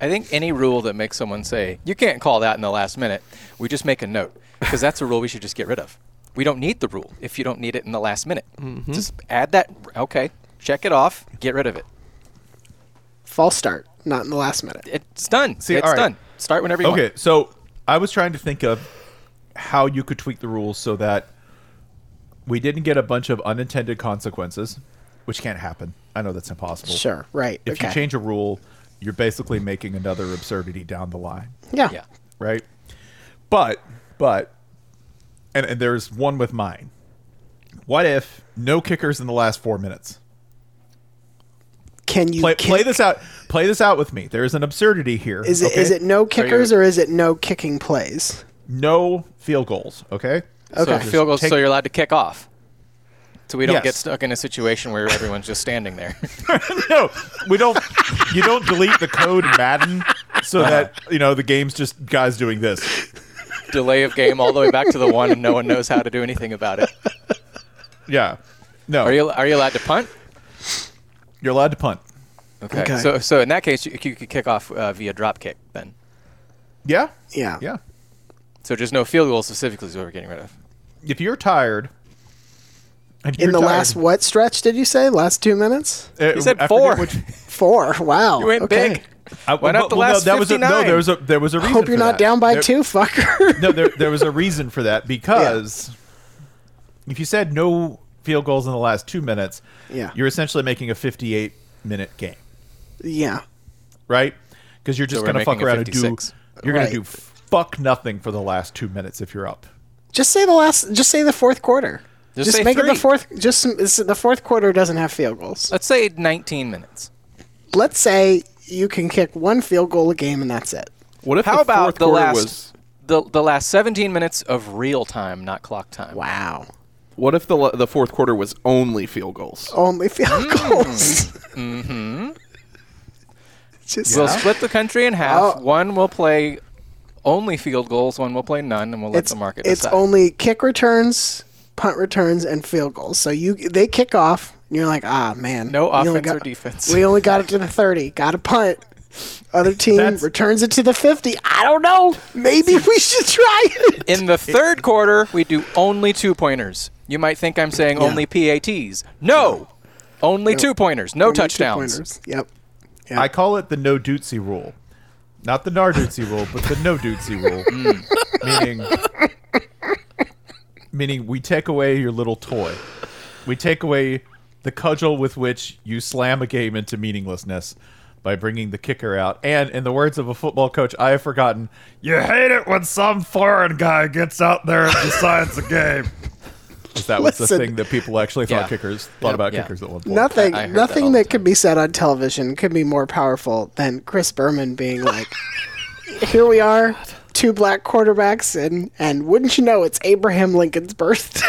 I think any rule that makes someone say, you can't call that in the last minute, we just make a note because that's a rule we should just get rid of. We don't need the rule if you don't need it in the last minute. Mm-hmm. Just add that. Okay, check it off, get rid of it. False start, not in the last minute. It's done. See, it's all right. done. Start whenever you Okay, want. so I was trying to think of how you could tweak the rules so that we didn't get a bunch of unintended consequences, which can't happen. I know that's impossible. Sure, right. If okay. you change a rule, you're basically making another absurdity down the line, yeah. Yeah. right? But, but, and, and there's one with mine. What if no kickers in the last four minutes? can you Play, kick- play this out. Play this out with me. There is an absurdity here. Is it is okay? it no kickers or is it no kicking plays? no field goals? Okay. So Okay. field goals, Take- so you're allowed to kick off. So we don't Yes. get stuck in a situation where everyone's just standing there. no, we don't. You don't delete the code Madden so Uh-huh. that you know the game's just guys doing this. Delay of game all the way back to the one, and no one knows how to do anything about it. Yeah, no, Are you are you allowed to punt? are allowed to punt. Okay. Okay. So so in that case, you, you could kick off uh, via drop kick then. Yeah, Yeah. yeah. So just no field goal specifically is what we're getting rid of. If you're tired, In if you're the tired- last what stretch did you say? Last two minutes? Uh, He said I forget four. which- Four. Wow. You went okay. big. I, Why not the well, no, last that was a, no, 59? there was a there was a reason. Hope you're for not that. down by There- two, fucker. No, there there was a reason for that because if you said no field goals in the last two minutes, Yeah. you're essentially making a 58 minute game. yeah. right? Because you're just we're gonna making fuck it around and do 56. you're Right. gonna do fuck nothing for the last two minutes if you're up. Just say the last. Just say the fourth quarter. Just say make it the three. fourth. Just it's- the fourth quarter doesn't have field Uh, goals. Let's say 19 minutes. Let's say you can kick one field goal a game and that's it. What if How about the last the, the last 17 minutes of real time, not clock time? Wow. What if the l- the fourth quarter was only field goals? Only Mm. field goals. Mm-hmm. just uh, We'll split the country in half. Oh. One will play only field goals. One will play none, and we'll let it's the market it's decide. only kick returns, punt returns, and field goals. So you they kick off, and you're like, ah man, No we only offense got- or defense. We only got it to the thirty. Got a punt. Other team That's- returns it to the fifty. I don't know. Maybe we should try it. in the third quarter, we do only two pointers. You might think I'm saying only PATs. No, only two pointers. No Only two touchdowns. pointers. Yep. I call it the no dootsy rule, not the nardootsy rule, but the no dootsy rule, meaning Mm. meaning we take away your little toy, we take away the cudgel with which you slam a game into meaninglessness by bringing the kicker out. And in the words of a football coach, I have forgotten, you hate it when some foreign guy gets out there and decides the game. 'Cause That was Listen. the thing that people actually thought Yeah. kickers thought about yeah. kickers at one point. Nothing, I heard that all nothing the that, could be said on television could be more powerful than Chris Berman being like, "Here we are, two black quarterbacks, and and wouldn't you know, it's Abraham Lincoln's birthday.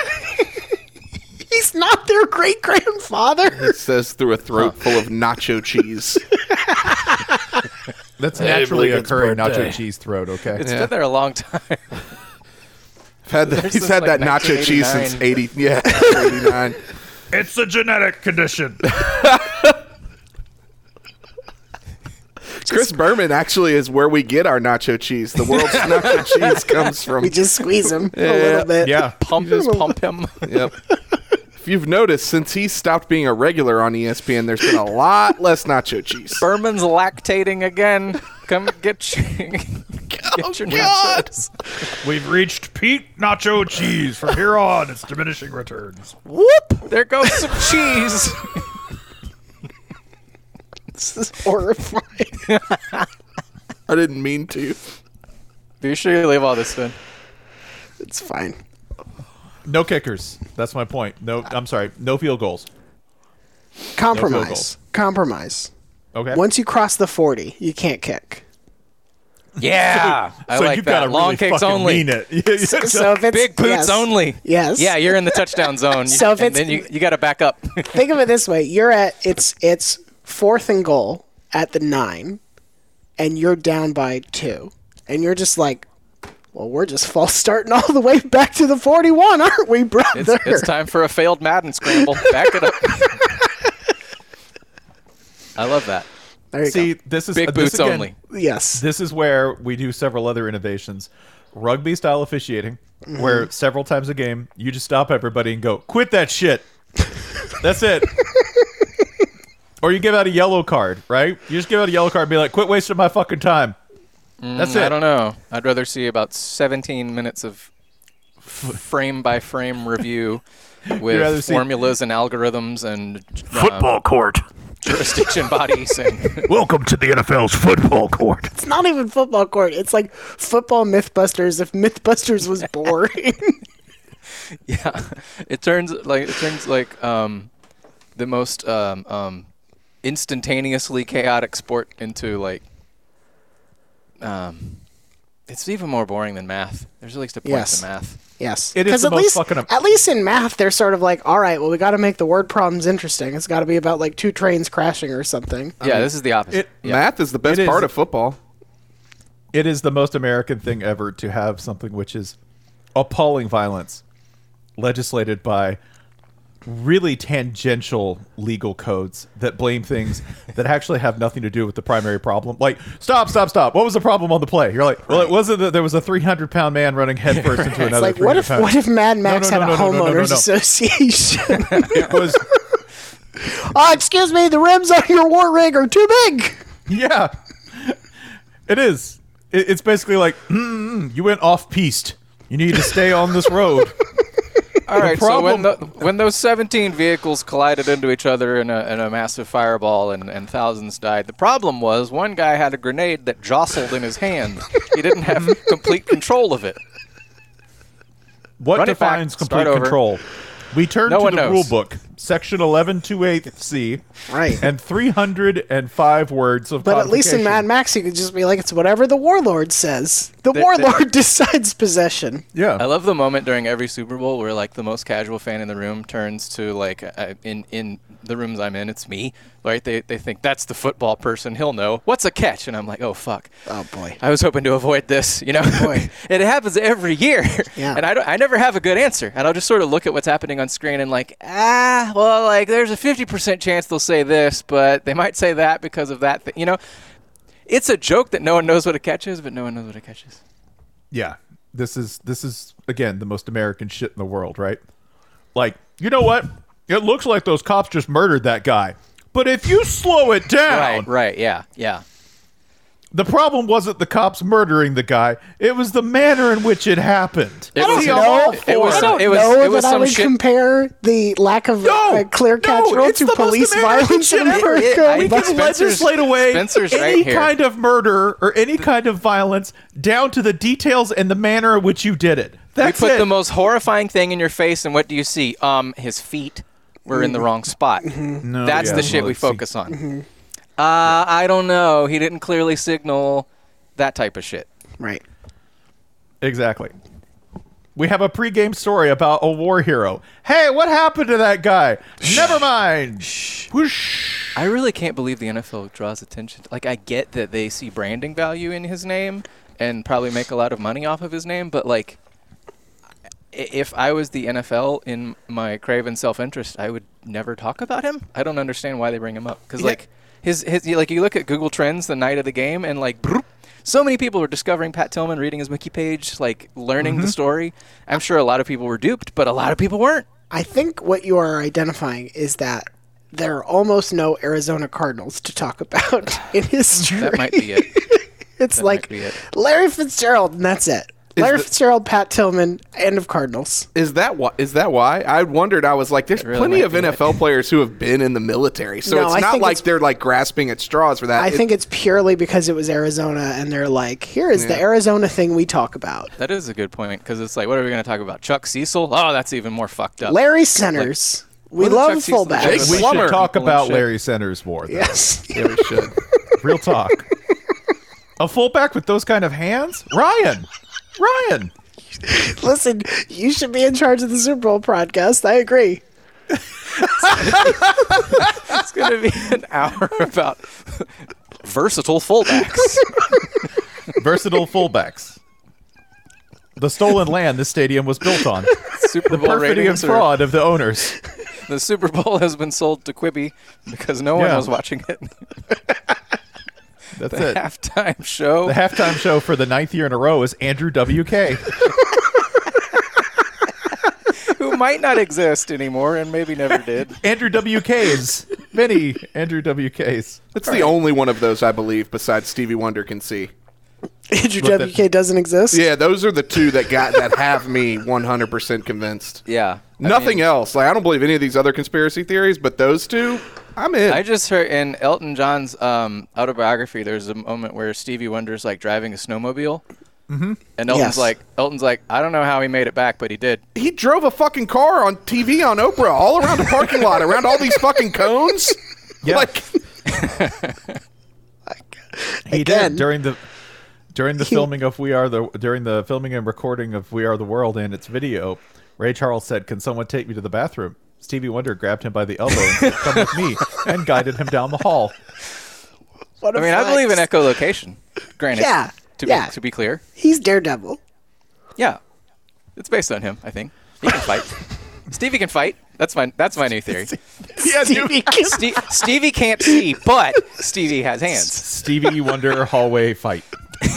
He's not their great grandfather. It says through a throat full of nacho cheese. That's naturally Lincoln's occurring birthday. nacho cheese throat. Okay, It's been there a long time. I've had that, There's he's this, had like, that nacho cheese since 80. Yeah, 89. it's a genetic condition. Chris Berman actually is where we get our nacho cheese. The world's nacho cheese comes from. We just squeeze him a little bit. yeah, Pump is pump him. Yep. If you've noticed, since he stopped being a regular on E ESPN, there's been a lot less nacho cheese. Berman's lactating again. Come get your, Oh, get your nachos. we've reached peak nacho cheese. From here on, it's diminishing returns. There goes some cheese. This is horrifying. I didn't mean to. Be sure you leave all this in. it's fine. No kickers. That's my point. No, I'm sorry. No field goals. Compromise. goals. Compromise. Okay. Once you cross the forty, you can't kick. Yeah, I so like you've that. got to Long really kicks fucking only. mean it. You just- So if it's Big boots yes. only. Yes. Yeah, you're in the touchdown zone. So if and it's- then you, you got to back up. think of it this way: you're at it's it's fourth and goal at the nine, and you're down by two, and you're just like, well, we're just false starting all the way back to the forty-one, aren't we, brother? It's, it's time for a failed Madden scramble. Back it up. I love that. There you See, this is uh, Big this boots again- only. go. Yes. This is where we do several other innovations, rugby style officiating, where several times a game you just stop everybody and go, "Quit that shit." That's it. or you give out a yellow card, right? You just give out a yellow card and be like, "Quit wasting my fucking time." That's it. Mm, I don't know. I'd rather see about 17 minutes of frame by frame review rather with see- formulas and algorithms and uh, Football court. jurisdiction bodies. And Welcome to the NFL's football court. It's not even football court. It's like football Mythbusters if Mythbusters was boring. yeah, it turns like it turns like um, the most um, um, instantaneously chaotic sport into like um, it's even more boring than math. There's at least a point Yes. to math. yes. It is 'Cause the at most least, fucking up- At least in math, they're sort of like, all right, well, we got to make the word problems interesting. It's got to be about like two trains crashing or Uh, something. yeah, this is the opposite. it- yeah. Math is the best It is. part of football. It is the most American thing ever to have something which is appalling violence legislated by really tangential legal codes that blame things that actually have nothing to do with the primary problem. Like, stop, stop, stop. What was the problem on the play? You're like, well, it wasn't that there was a 300 pound man running headfirst into It's another. like what if 300 what if Mad Max no, had no, a no, homeowners no, no, no, no. association? it was? oh, excuse me, the rims on your war rig are too big. Yeah, it is. It, it's basically like, mm, you went off piste. You need to stay on this road. All right. So when problem- tho- when those 17 vehicles collided into each other in a, in a massive fireball and, and thousands died, the problem was one guy had a grenade that jostled in his hand. He didn't have complete control of it. What Run it back. defines complete Start over. control? We turn No to one the knows. rule book, section 11285C, Right. and 305 words of But at least in Mad codification. Max, you could just be like, it's whatever the warlord says. The warlord decides possession. Yeah. I love the moment during every Super Bowl where like the most casual fan in the room turns to like uh, in in the rooms I'm in, it's me, right? They they think that's the football person. He'll know what's a catch, and I'm like, oh fuck. Oh boy. I was hoping to avoid this, you know. boy. it happens every year, Yeah. and I don't, I never have a good answer. And I'll just sort of look at what's happening on screen and like, ah, well, like there's a 50% chance they'll say this, but they might say that because of that. Th-. You know, it's a joke that no one knows what a catch is, but no one knows what a catch is. yeah. This is, this is, again, the most American shit in the world, right? Like, you know what? It looks like those cops just murdered that guy. But if you slow it down, Right, right, yeah, yeah. The problem wasn't the cops murdering the guy; it was the manner in which it happened. It I was- don't all know. It was. I don't it was. know it was that I some would shit. compare the lack of No, a clear catch no, rule it's to the most police American violence in shit ever. America. I- we but can Spencer's- legislate away Spencer's any right here. kind of murder or any kind of violence down to the details and the manner in which you did it. That's we put it. the most horrifying thing in your face, and what do you see? Um, his feet were in Mm-hmm. the wrong spot. That's yeah, the shit well, we let's see. focus on. Mm-hmm. Uh, I don't know. He didn't clearly signal that type of shit. Right. exactly. We have a pregame story about a war hero. Hey, what happened to that guy? Never mind. Whoosh. I really can't believe the NFL draws attention. Like, I get that they see branding value in his name and probably make a lot of money off of his name, but like, i- if I was the NFL in my craven self-interest, I would never talk about him. I don't understand why they bring him up because like his his you- like you look at Google Trends the night of the game and like. broop, so many people were discovering Pat Tillman, reading his wiki page, like learning the story. I'm sure a lot of people were duped, but a lot of people weren't. I think what you are identifying is that there are almost no Arizona Cardinals to talk about in history. That might be it. it's that like might be it. Larry Fitzgerald, and that's it. Larry the- Fitzgerald, Pat Tillman, end of Cardinals. Is that why? Is that why? I wondered. I was like, there's really plenty might of be it. NFL players who have been in the military, so No, it's I not think like it's- they're like grasping at straws Uh, for that. I It- think it's purely because it was Arizona, and they're like, here is the Arizona thing we talk about. That is a good point because it's like, what are we going to talk about? Chuck Cecil? Oh, that's even more fucked up. Larry Centers. we What did love Chuck Cecil fullbacks. do? Jake We Plummer. should talk People and about shit. Larry Center's war. Though. Yes. yeah, we should. Real talk. a fullback with those kind of hands? Ryan. Ryan. Listen, you should be in charge of the Super Bowl podcast. I agree. It's going to be an hour about versatile fullbacks. Versatile fullbacks. The stolen land this stadium was built on. Super Bowl Perfidy and ratings are- fraud of the owners. the Super Bowl has been sold to Quibi because no one Yeah. was watching it. That's The it. halftime show. The halftime show for the ninth year in a row is Andrew WK. who might not exist anymore and maybe never did. Andrew WK's. Many Andrew WK's. That's the only one of those I believe, besides Stevie Wonder can see. Andrew Look, WK doesn't exist. Yeah, those are the two that got that have me 100% convinced. Yeah. Nothing else. Like I don't believe any of these other conspiracy theories, but those two, I'm in. I just heard in Elton John's um, autobiography, there's a moment where Stevie Wonder's like driving a snowmobile, Mm-hmm. and Elton's Yes. like, Elton's like, I don't know how he made it back, but he did. he drove a fucking car on TV on Oprah all around a parking lot, around all these fucking cones. Yeah. Like He Again. did during the during the filming of We Are the during the filming and recording of We Are the World and its video. Ray Charles said, "Can someone take me to the bathroom?" Stevie Wonder grabbed him by the elbow and said, "Come with me," and guided him down the hall. What a I mean, I flex. believe in echolocation. Granted. Yeah, To, yeah. Be, to be clear. He's Daredevil. Yeah. It's based on him, I think. He can fight. Stevie can fight. That's my that's my new theory. Yeah, Ste- Stevie can't see, but Stevie has hands. Stevie E. Wonder hallway fight.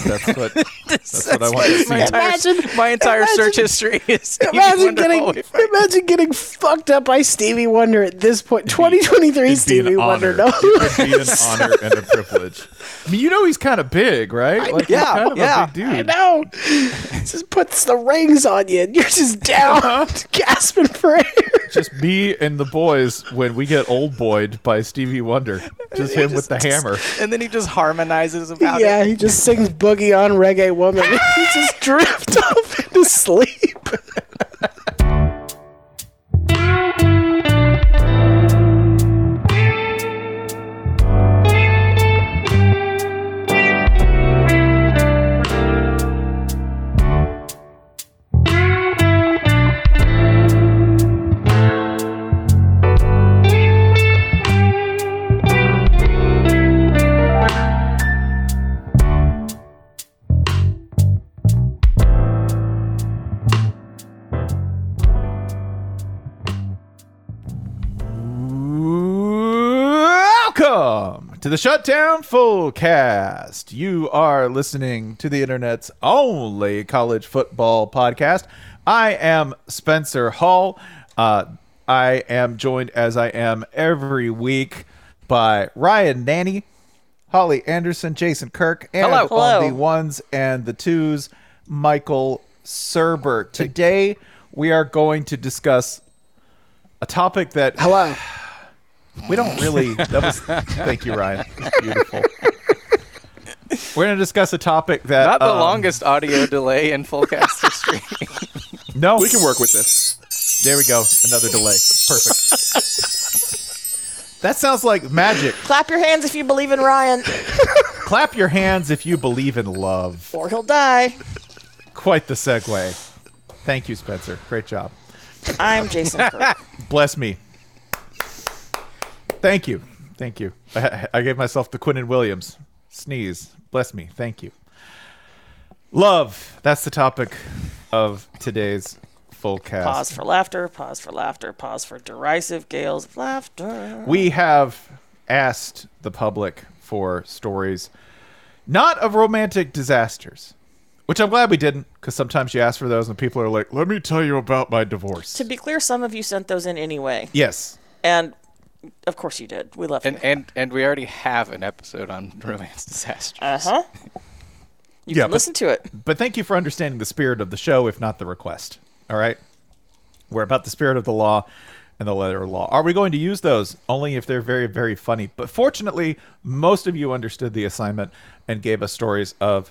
That's what. That's what I want to My see. entire, Imagine- my entire search imagine- history is Stevie Imagine Wonder all the way getting back. imagine getting fucked up by Stevie Wonder at this point. 2023 It'd be an Stevie E. Wonder. honor. No. It would be an honor and a privilege. I mean, you know he's kind of big, right? Like, he's yeah, kind of yeah. a big dude. I know. Just puts the rings on you and you're just Uh-huh. down gasping for air. just me and the boys when we get old boyed by Stevie E. Wonder. Just him with the hammer. And then he just harmonizes about Yeah, it. he just sings Boogie on Reggae Woman. he just drifts off into sleep. Welcome to the Shutdown Fullcast. You are listening to the internet's only college football podcast. I am Spencer Hall. Uh, I am joined as I am every week by Ryan Nanny, Holly Anderson, Jason Kirk, and Hello. on the ones and the twos, Michael Serber. Today we are going to discuss a topic that Hello. we don't really. That was thank you, Ryan. That's beautiful. We're going to discuss a topic that Not the um, longest audio delay in full cast history. No, We can work with this. There we go. Another delay. Perfect. that sounds like magic. Clap your hands if you believe in Ryan, Clap your hands if you believe in love. or he'll die. Quite the segue. Thank you, Spencer. Great job. I'm Jason Kirk. Bless me. Thank you. Thank you. I, I gave myself the Quinn and Williams sneeze. Bless me. Thank you. Love. That's the topic of today's full cast. Pause for laughter, pause for laughter, pause for derisive gales of laughter. we have asked the public for stories not of romantic disasters which i'm glad we didn't because sometimes you ask for those and people are like let me tell you about my divorce To be clear, some of you sent those in anyway. yes And of course you did. We love you. and, and and we already have an episode on romance disasters. Uh huh. You Yeah, can but- listen to it. but thank you for understanding the spirit of the show if not the request all right we're about the spirit of the law and the letter of law are we going to use those only if they're very very funny but fortunately most of you understood the assignment and gave us stories of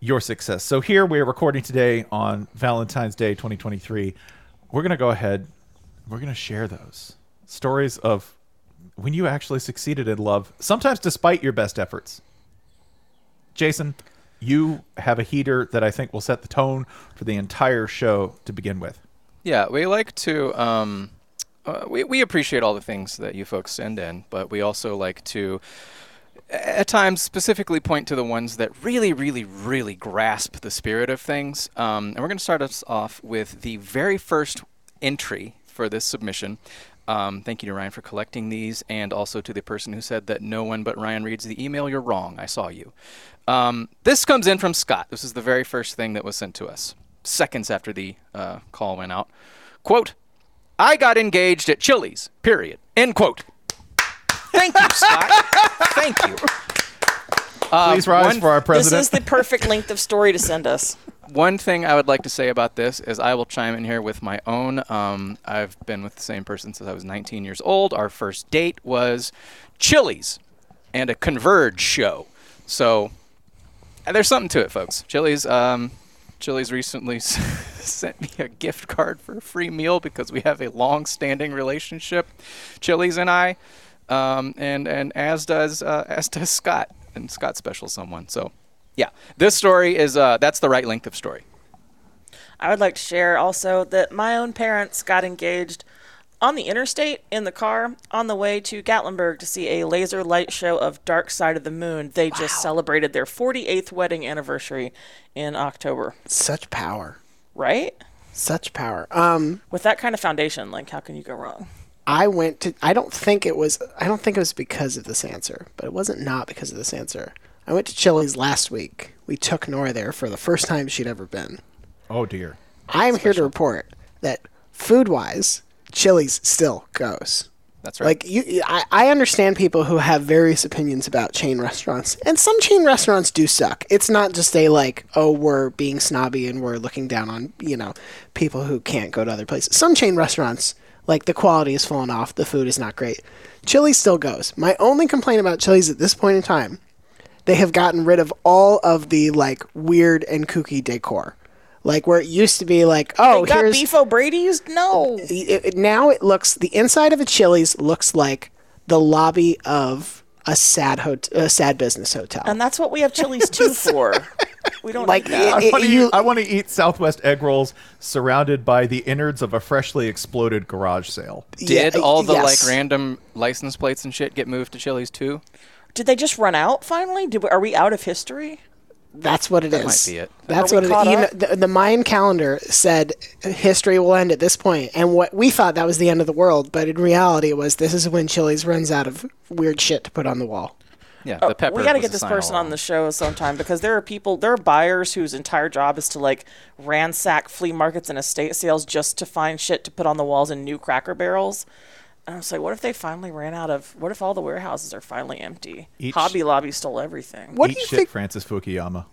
your success so here we're recording today on valentine's day 2023 we're going to go ahead we're going to share those stories of when you actually succeeded in love sometimes despite your best efforts Jason, you have a heater that I think will set the tone for the entire show to begin with. Yeah, we like to. Um, uh, we we appreciate all the things that you folks send in, but we also like to, a- at times, specifically point to the ones that really, really, really grasp the spirit of things. Um, and we're going to start us off with the very first entry for this submission. Um, thank you to Ryan for collecting these, and also to the person who said that no one but Ryan reads the email. You're wrong. I saw you. Um, this comes in from Scott. This is the very first thing that was sent to us seconds after the uh, call went out. Quote, I got engaged at Chili's, period. End quote. Thank you, Scott. Thank you. Um, Please rise one- for our Uh, This president. is the perfect length of story to send us. one thing I would like to say about this is I will chime in here with my own. Um, I've been with the same person since I was 19 years old. Our first date was Chili's and a Converge show. So uh, there's something to it, folks. Chili's, um, Chili's recently s- sent me a gift card for a free meal because we have a long-standing relationship, Chili's and I, um, and and as does uh, as does Scott and Scott special someone. So yeah, this story is uh, that's the right length of story. I would like to share also that my own parents got engaged on the interstate in the car on the way to Gatlinburg to see a laser light show of Dark Side of the Moon. They just celebrated their 48th wedding anniversary in October, Such power. right? Such power. Um, With that kind of foundation, like how can you go wrong? I went to. I don't think it was. I don't think it was because of this answer, but it wasn't not because of this answer. I went to Chili's last week. We took Nora there for the first time she'd ever been. Oh dear. I am here to report that food wise, Chili's still goes. That's right. Like you, I, I understand people who have various opinions about chain restaurants, and some chain restaurants do suck. It's not just a like, oh, we're being snobby and we're looking down on you know people who can't go to other places. Some chain restaurants, like the quality is fallen off, the food is not great. Chili's still goes. My only complaint about Chili's at this point in time they have gotten rid of all of the like weird and kooky decor. Like where it used to be like, oh, they got here's Beef O'Brady's? No. it, it- now it looks the inside of a Chili's looks like the lobby of a sad hot- a sad business hotel. And that's what we have Chili's too for. We don't like like that. it- I want, to you- eat, I want to eat Southwest egg rolls surrounded by the innards of a freshly exploded garage sale. Yeah, Did all the yes. like random license plates and shit get moved to Chili's too? Did they just run out finally? Did we, are we out of history? That's what it is. might be it. That's Are what we it caught is. You know, up? the, the Mayan calendar said history will end at this point, and what we thought that was the end of the world, but in reality, it was this is when Chili's runs out of weird shit to put on the wall. Yeah, Oh, the pepper. we got to was get a this sign person all on the show sometime because there are people, there are buyers whose entire job is to like ransack flea markets and estate sales just to find shit to put on the walls in new cracker barrels. I was like, what if they finally ran out of? What if all the warehouses are finally empty? Each- Hobby Lobby stole everything. What Eat do you shit, think? Francis Fukuyama.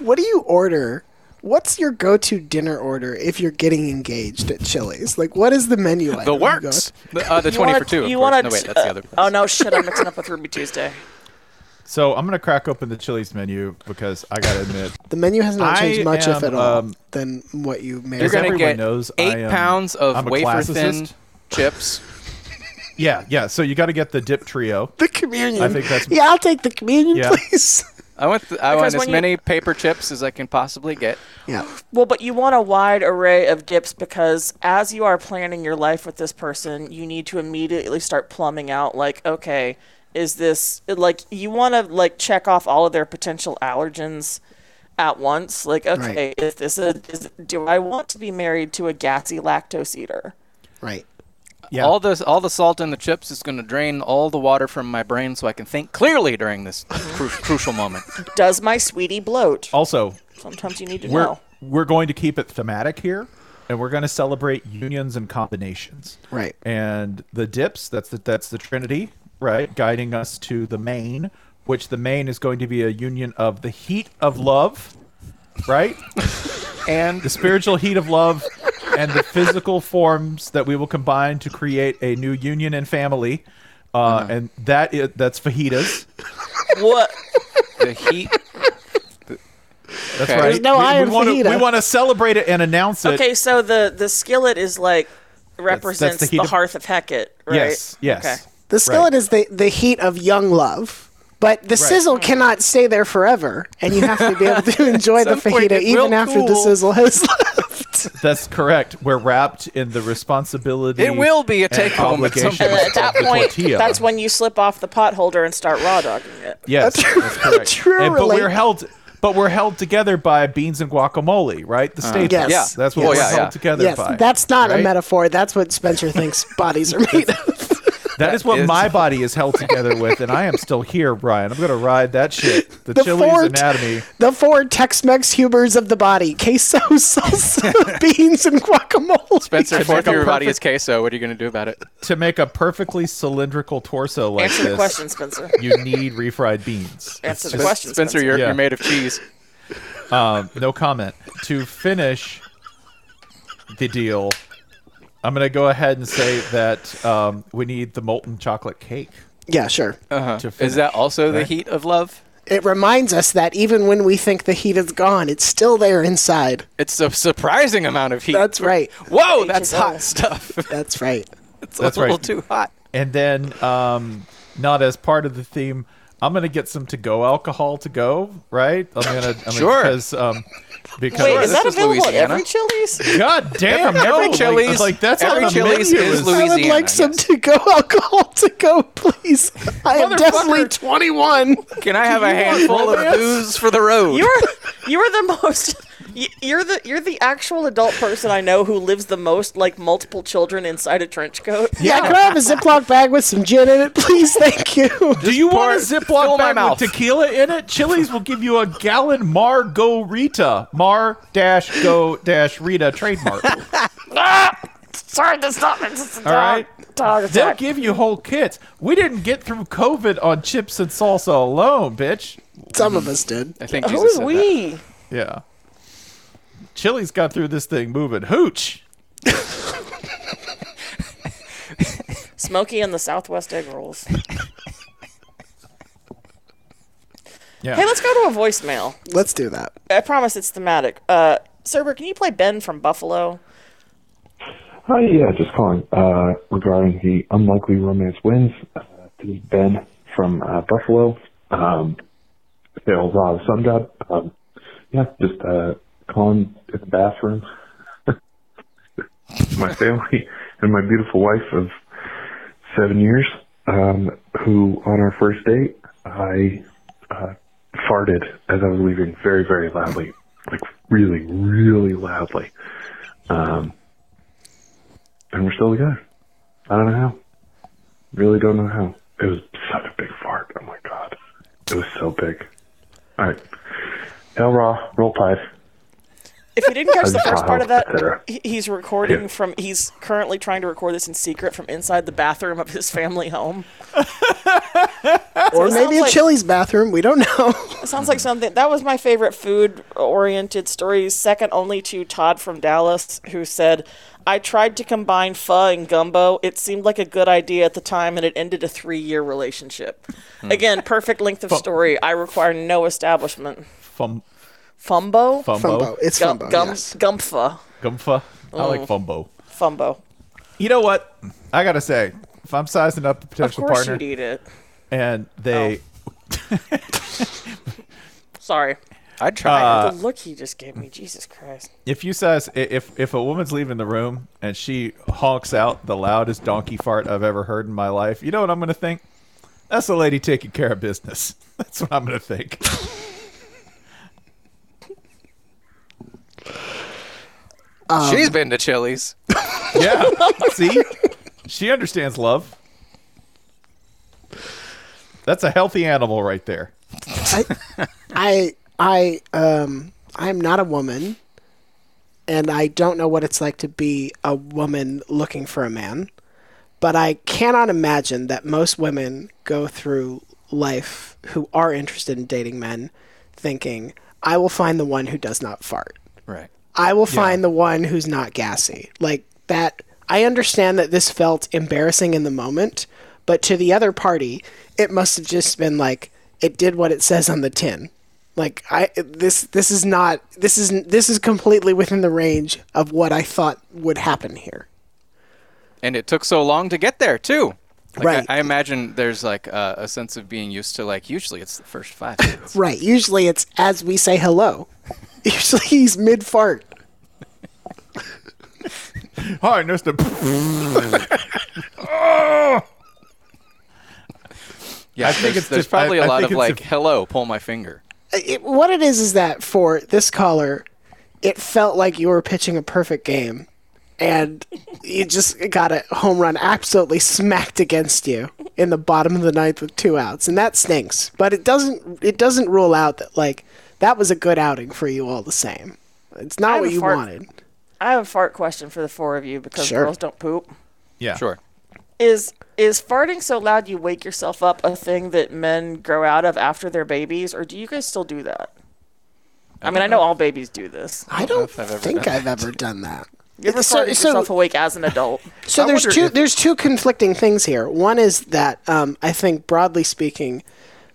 What do you order? What's your go-to dinner order if you're getting engaged at Chili's? Like, what is the menu? item The you go works. to? The, uh, the You 20 wanna- for 2. Of you course. wanna No, wait, t- that's the other place. Oh no, shit! I'm mixing up with Ruby Tuesday. So I'm gonna crack open the Chili's menu because I gotta admit, The menu has not I changed much, if am, at all, um, than what you may. You're as going to everyone get knows, I 8 am- pounds of I'm a wafer thin classicist. chips. yeah, yeah. So you gotta get the dip trio. the communion. I think that's- yeah, I'll take the communion, Yeah. please. I want, th- I Because want as when you- many paper chips as I can possibly get. yeah. Well, but you want a wide array of dips because as you are planning your life with this person, you need to immediately start plumbing out like, okay, is this like you want to like check off all of their potential allergens at once? Like, okay, is this a is, do I want to be married to a gassy lactose eater? Right. Yeah. All this, all the salt in the chips is going to drain all the water from my brain, so I can think clearly during this cru- crucial moment. Does my sweetie bloat? Also, Sometimes you need to we're know. we're going to keep it thematic here, and we're going to celebrate unions and combinations. Right. And the dips. That's the that's the Trinity, right? Guiding us to the main, which the main is going to be a union of the heat of love, right? and the spiritual heat of love, and the physical forms that we will combine to create a new union and family. Uh, Uh-huh. And that is, that's fajitas. What? The heat. That's Okay. right. There's no we, iron we wanna, fajita. We want to celebrate it and announce it. Okay, so the the skillet is like represents heat the, of- hearth of Hecate, right? Yes. Yes. Okay. The skillet is the the heat of young love, but the sizzle cannot stay there forever, and you have to be able to enjoy the Some point fajita it will even after the cool. sizzle has left. That's correct. We're wrapped in the responsibility. It will be a and take-home at some obligations point. And at of that the point, tortilla. that's when you slip off the pot holder and start raw dogging it. yes, that's correct. true And- but we're relate- held, but we're held together by beans and guacamole, right? The staple. Yes. Uh, Yeah. Yes. that's what we're Yeah, held yeah. together yes, by. that's not a right? metaphor. That's what Spencer thinks bodies are made of. that is what is- my body is held together with, and I am still here, Brian. I'm gonna ride that shit. The, The Chili's four anatomy. the four Tex-Mex hubers of the body: queso, salsa, beans, and guacamole. Spencer, if It's like a your body is perfect- queso, what are you going to do about it? To make a perfectly cylindrical torso like Answer this, the question, Spencer. you need refried beans. Answer the just- question, Spencer, Spencer. you're, Yeah. you're made of cheese. Um, no comment. To finish the deal, I'm going to go ahead and say that um, we need the molten chocolate cake. Yeah, sure. To finish. Uh-huh. Is that also the right? heat of love? It reminds us that even when we think the heat is gone, it's still there inside. It's a surprising amount of heat. That's right. Whoa, H that's is all. hot stuff. That's right. It's That's a little right. too hot. And then, um, not as part of the theme, I'm going to get some to go alcohol to go. Right? I'm going to Sure. because um, because Wait, Sure, is this that is available at Louisiana. every Chili's? God damn, Every no, like- Chili's- like, that's every on the Chili's menu is is- Louis- I would Louisiana, like some yes. to go alcohol to go, please. I am definitely 21. Can I have a handful of booze for the road? You're you're the most y- you're the you're the actual adult person I know who lives the most like multiple children inside a trench coat. Yeah, can I have a Ziploc bag with some gin in it, please? Thank you. Do you want pour- fill a Ziploc my bag mouth. with tequila in it? Chili's will give you a gallon Margarita. Mar dash go dash Rita trademark. Sorry, that's not that's a All right. dog They'll attack. give you whole kits. We didn't get through COVID on chips and salsa alone, bitch. Some of us did. I think Who Jesus is said that. we? Yeah. Chili's got through this thing moving. Hooch. Smokey and the Southwest egg rolls. Yeah. Hey, let's go to a voicemail. Let's do that. I promise it's thematic. Uh, Cerber, can you play Ben from Buffalo? Hi, yeah, just calling uh, regarding the unlikely romance wins. Uh, this is Ben from uh, Buffalo, um, sales uh, sun god. Um, yeah, just uh, calling in the bathroom. my family and my beautiful wife of seven years, um, who on our first date, I uh, farted as I was leaving very, very loudly, like really, really loudly. Um, and we're still together. I don't know how. Really don't know how. It was such a big fart. Oh my god. It was so big. Alright. Hell raw, roll tide. If you didn't catch the first part of that, Sarah. he- he's recording Yeah. from. He's currently trying to record this in secret from inside the bathroom of his family home. or it maybe sounds a like- Chili's bathroom. We don't know. It sounds like something that was my favorite food-oriented stories, second only to Todd from Dallas, who said, "I tried to combine pho and gumbo. It seemed like a good idea at the time, and it ended a three-year relationship." Again, perfect length of story. I require no establishment. Fum, Fumbo. Fumbo? Fumbo. It's Gum- fumbo, Gum- yes. Gumpfa. Gumpha. I like Mm. Fumbo. Fumbo. You know what? I gotta say, if I'm sizing up a Of potential course Oh, partner, you'd eat it. and they Sorry. I'd try. the look he just gave me. Jesus Christ. if you size i- if if a woman's leaving the room and she honks out the loudest donkey fart I've ever heard in my life, you know what I'm gonna think? That's a lady taking care of business. That's what I'm gonna think. Um, She's been to Chili's. yeah. See, she understands love. That's a healthy animal right there. I I um I'm not a woman and I don't know what it's like to be a woman looking for a man. But I cannot imagine that most women go through life who are interested in dating men thinking, I will find the one who does not fart. Right. I will find the one who's not gassy. Like that I understand that this felt embarrassing in the moment, but to the other party, it must have just been like it did what it says on the tin. Like I this this is not this is this is completely within the range of what I thought would happen here. and it took so long to get there too. Like, Right. I, I imagine there's like a, a sense of being used to like usually it's the first five minutes. Right. Usually it's as we say hello. Usually he's mid fart. Hi, Mr. oh! Yeah, I think there's, it's there's def- probably a I- I lot think of it's like, def- hello, pull my finger. it, what it is is that for this caller, it felt like you were pitching a perfect game, and you just got a home run absolutely smacked against you in the bottom of the ninth with two outs, and that stinks. But it doesn't it doesn't rule out that like that was a good outing for you all the same. It's I not have what a you fart- wanted. I have a fart question for the four of you because Sure. girls don't poop. Yeah. Sure. Is is farting so loud you wake yourself up a thing that men grow out of after their babies, or do you guys still do that? I, mean, I know all babies do this. I don't think I've ever done that. You ever So- farted so- yourself awake as an adult? So there's two there's two conflicting things here. One is that um, I think broadly speaking,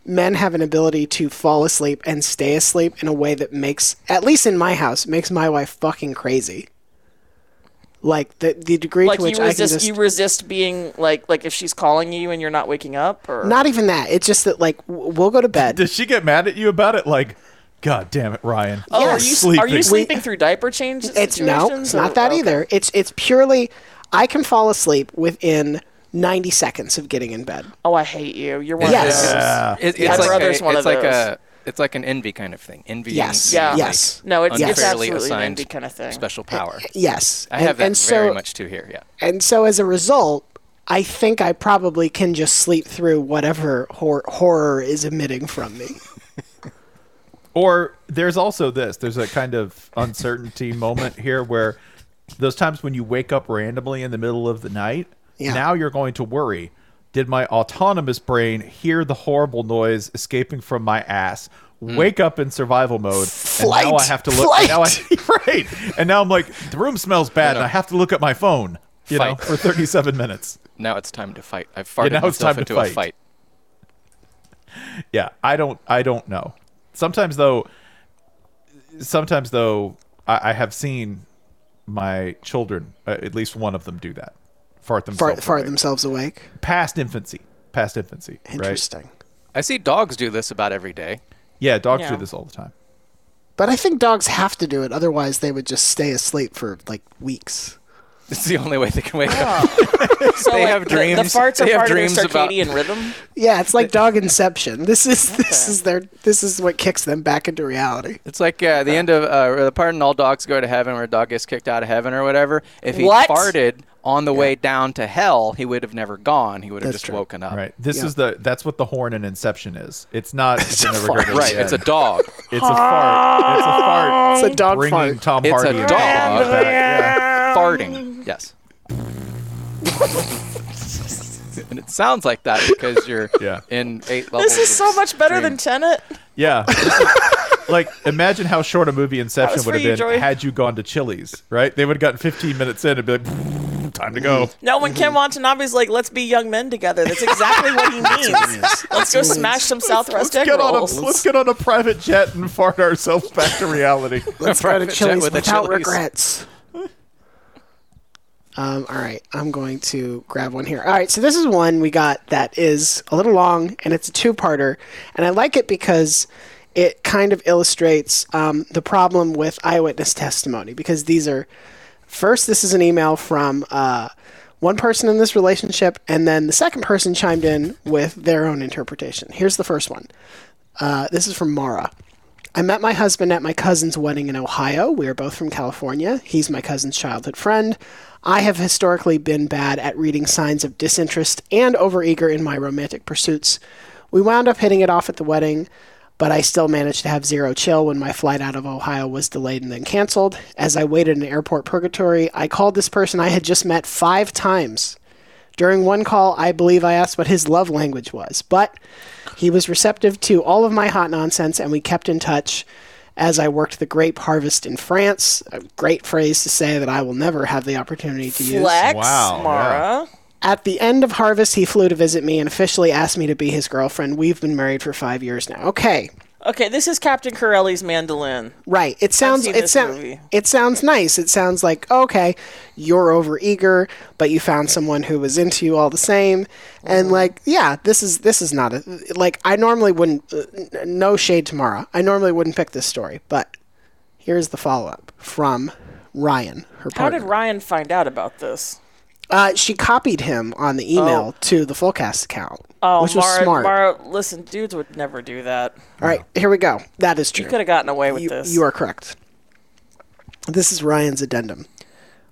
men have an ability to fall asleep and stay asleep in a way that makes at least in my house makes my wife fucking crazy. Like the the degree like to you which I resist, can just you resist being like like if she's calling you and you're not waking up, or not even that. It's just that like w- we'll go to bed. Does she get mad at you about it? Like, God damn it, Ryan. Oh, You're are you are you sleeping through diaper changes? It's no, it's not that either. either. It's it's purely I can fall asleep within 90 seconds of getting in bed. Oh, I hate you. You're one Yes. of those. Yeah. It- it's My like brother's a, one it's of like those. a it's like an envy kind of thing. Envy. Yes. and, Yeah. like, Yes. No, it's- it's unfairly absolutely an assigned envy kind of thing. Special power. Yes. I have and, that and very so- much too here. Yeah. And so as a result, I think I probably can just sleep through whatever hor- horror is emitting from me. Or there's also this. There's a kind of uncertainty moment here where those times when you wake up randomly in the middle of the night, Yeah. now you're going to worry. Did my autonomous brain hear the horrible noise escaping from my ass? Wake up in survival mode. And now I Hmm. Flight! have to look. Flight! Now I, right. And now I'm like, the room smells bad, and I have to look at my phone. You know, Fight. for 37 minutes. Now it's time to fight. I've farted now it's myself time to into a fight. fight. yeah i don't i don't know sometimes though sometimes though i, I have seen my children uh, at least one of them do that fart Far, themselves far away. themselves awake. past infancy past infancy right Interesting. I see dogs do this about every day. yeah dogs Yeah. do this all the time But I think dogs have to do it, otherwise they would just stay asleep for like weeks. It's the only way they can wake up. So They like, have the- The, dreams- farts they are have part of dreams their about- circadian rhythm. Yeah, it's like dog inception. This is this is their this is what kicks them back into reality. It's like uh, the end of uh, the pardon all dogs go to heaven, where a dog gets kicked out of heaven or whatever. If he What? farted on the way down to hell, he would have never gone. He would have That's just true. woken up. Right. This Yeah. is the that's what the horn in Inception is. It's not it's a fart. Right. It's a dog. it's a fart. It's a fart. It's a dog Bringing fart. Tom It's Hardy. a into dog. it. Yeah. Farting. Yes. and it sounds like that because you're Yeah. in eight levels. This is so much better than Tenet. Yeah. like, imagine how short a movie Inception was would for have you, been Joey. had you gone to Chili's, right? They would have gotten 15 minutes in and be like, time to go. No, when Mm-hmm. Ken Watanabe's like, "Let's be young men together," that's exactly what he means. Let's go smash some Southwest egg Get on a, rolls. let's get on a private jet and fart ourselves back to reality. Let's go to Private jet Chili's with the without Chili's. regrets. Um, all right, I'm going to grab one here. All right, so this is one we got that is a little long, and it's a two-parter, and I like it because it kind of illustrates um, the problem with eyewitness testimony. Because these are first, this is an email from uh, one person in this relationship, and then the second person chimed in with their own interpretation. Here's the first one. Uh, this is from Mara. I met my husband at my cousin's wedding in Ohio. We are both from California. He's my cousin's childhood friend. I have historically been bad at reading signs of disinterest and overeager in my romantic pursuits. We wound up hitting it off at the wedding, but I still managed to have zero chill when my flight out of Ohio was delayed and then canceled. As I waited in airport purgatory, I called this person I had just met five times. During one call, I believe I asked what his love language was, but he was receptive to all of my hot nonsense, and we kept in touch as I worked the grape harvest in France. A great phrase to say that I will never have the opportunity to use. Flex, Wow, Mara. At the end of harvest, he flew to visit me and officially asked me to be his girlfriend. We've been married for five years now. Okay, Okay, this is Captain Corelli's mandolin. Right. It sounds seen it this sounds movie. it sounds nice. It sounds like okay, you're overeager, but you found someone who was into you all the same, Mm-hmm. and like yeah, this is this is not a like I normally wouldn't. Uh, n- no shade to Mara. I normally wouldn't pick this story, but here's the follow up from Ryan. Her How partner. did Ryan find out about this? uh, she copied him on the email to the Fullcast account, Oh, which was Mara, smart. Mara, listen, dudes would never do that. all right, here we go. That is true. Could have gotten away with you, this. you are correct. This is Ryan's addendum.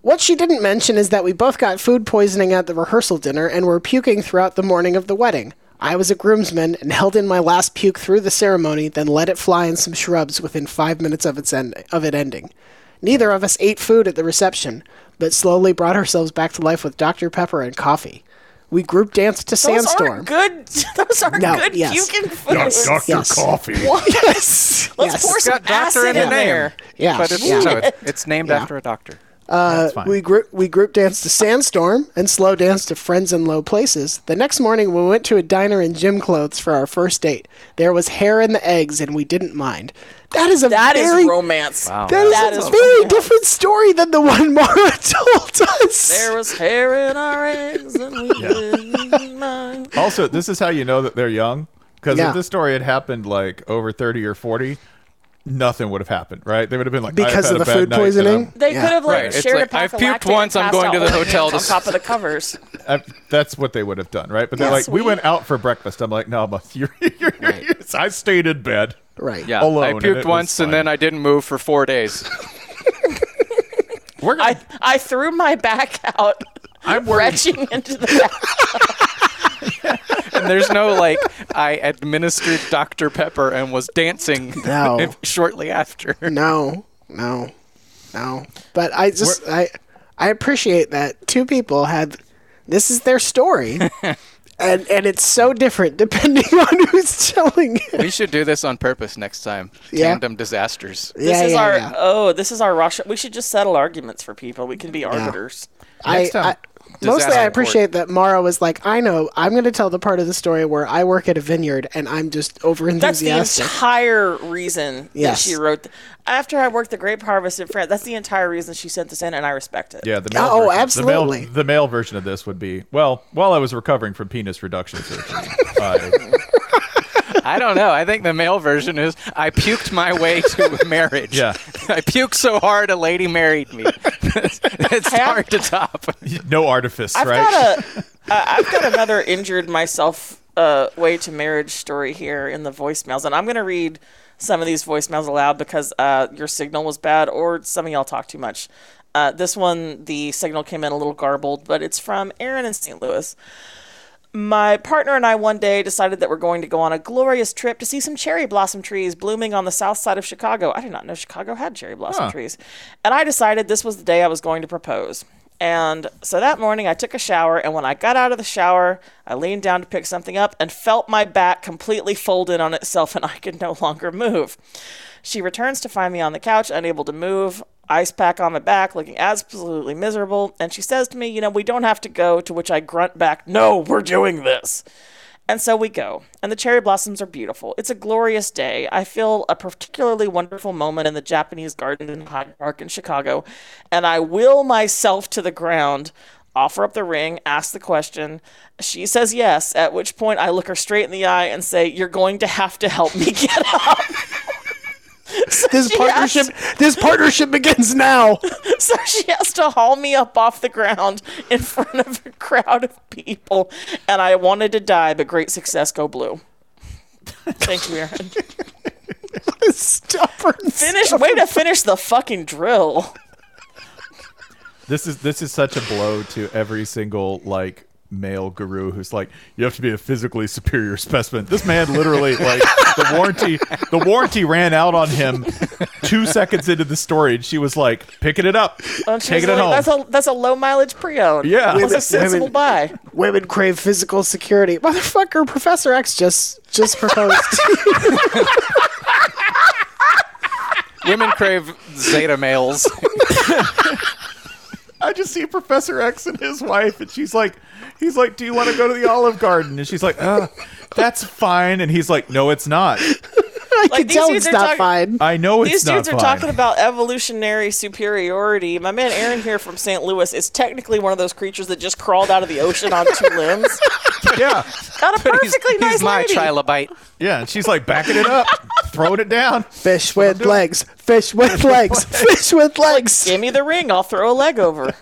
What she didn't mention is that we both got food poisoning at the rehearsal dinner and were puking throughout the morning of the wedding. I was a groomsman and held in my last puke through the ceremony, then let it fly in some shrubs within five minutes of its end- of it ending. Neither of us ate food at the reception, but slowly brought ourselves back to life with Dr. Pepper and coffee. We group danced to those Sandstorm. aren't good. Those aren't No, good yes. puking foods. Dr. Yes. Coffee. Yes. Let's yes. pour It's some got doctor acid in the in name. there. Yeah. But it's, yeah. no, it- it's named Yeah. after a doctor. That's fine. Uh, We group we group danced to Sandstorm and slow danced to Friends in Low Places. The next morning, we went to a diner in gym clothes for our first date. There was hair in the eggs, and we didn't mind. That is a That is very romance. that is That a is very different story than the one Mara told us. There was hair in our eggs and we didn't mind. also, this is how you know that they're young. Because Yeah. if this story had happened like over 30 or 40, nothing would have happened, right? They would have been like, I have Because had of a the bad food night and poisoning. I'm- They Yeah. could have like Right, it's shared like, a pack I've of puked lactate once, I'm and going passed to the out with hotel hands to- on top of the covers. I, that's what they would have done, right? But they're Yeah, like, we sweet. went out for breakfast. I'm like, no, but you're, you're, you're, I stayed in bed. Right. Yeah. Alone, I and it was puked once and fine. then I didn't move for four days. We're I, gonna, I threw my back out, I'm worried. retching into the back. and there's no like I administered Dr Pepper and was dancing No. shortly after. No, no, no. But I just I I appreciate that two people had this is their story. And, and it's so different depending on who's telling it. We should do this on purpose next time. Yeah. Tandem disasters. This Yeah, is yeah, our yeah. oh, this is our Russia. We should just settle arguments for people. We can be arbiters. I, Next time. I mostly I Disaster appreciate that Mara was like, I know I'm going to tell the part of the story where I work at a vineyard and I'm just over That's the enthusiastic. entire reason Yes. that she wrote. th- After I worked the grape harvest in France, that's the entire reason she sent this in, and I respect it. yeah, the male Oh, version, The absolutely. male, the male version of this would be, well, while I was recovering from penis reduction surgery, I, I don't know. I think the male version is I puked my way to marriage. Yeah. I puked so hard a lady married me. it's hard to top. No artifice, I've right? got a, uh, I've got another injured myself uh, way to marriage story here in the voicemails, and I'm going to read some of these voicemails aloud because uh, your signal was bad or some of y'all talked too much. Uh, this one, the signal came in a little garbled, but it's from Aaron in St. Louis. My partner and I one day decided that we're going to go on a glorious trip to see some cherry blossom trees blooming on the south side of Chicago. I did not know Chicago had cherry blossom Huh. trees. And I decided this was the day I was going to propose. And so that morning I took a shower, and when I got out of the shower, I leaned down to pick something up and felt my back completely fold in on itself, and I could no longer move. She returns to find me on the couch, unable to move, ice pack on my back, looking absolutely miserable. And she says to me, You know, we don't have to go, to which I grunt back, No, we're doing this. And so we go, and the cherry blossoms are beautiful. It's a glorious day. I feel a particularly wonderful moment in the Japanese garden in Hyde Park in Chicago, and I will myself to the ground, offer up the ring, ask the question. She says yes, at which point I look her straight in the eye and say, You're going to have to help me get up. This She partnership, this partnership begins now. so she has to haul me up off the ground in front of a crowd of people, and I wanted to die, but great success, go blue. Thank you, Aaron. stubborn. Finish. Way to finish the fucking drill. This is this is such a blow to every single like male guru who's like, you have to be a physically superior specimen. This man literally like the warranty the warranty ran out on him two seconds into the story, and she was like, picking it up, And she taking was it like, home. That's a that's a low mileage pre-owned. Yeah. it was Women- a sensible women- buy. Women crave physical security. Motherfucker, Professor X just just proposed. Women crave Zeta males. I just see Professor X and his wife, and she's like, he's like, do you want to go to the Olive Garden? And she's like, uh, that's fine. And he's like, no, it's not. I Like, can these tell dudes it's are not talking- fine. I know it's These not dudes are fine. talking about evolutionary superiority. My man Aaron here from St. Louis is technically one of those creatures that just crawled out of the ocean on two limbs. yeah, Not a perfectly he's nice my lady. trilobite. yeah. And she's like backing it up, throwing it down. Fish with legs. Fish with legs. Fish with legs. Give me the ring. I'll throw a leg over.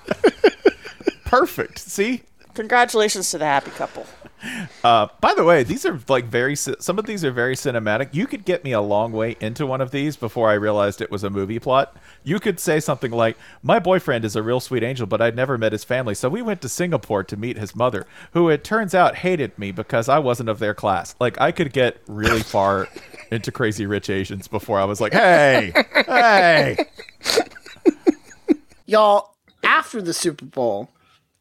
Perfect. See, Congratulations to the happy couple. Uh, by the way, these are like very. ci- Some of these are very cinematic. You could get me a long way into one of these before I realized it was a movie plot. You could say something like, "My boyfriend is a real sweet angel, but I'd never met his family, so we went to Singapore to meet his mother, who it turns out hated me because I wasn't of their class." Like I could get really far into Crazy Rich Asians before I was like, "Hey, hey, Y'all, after the Super Bowl,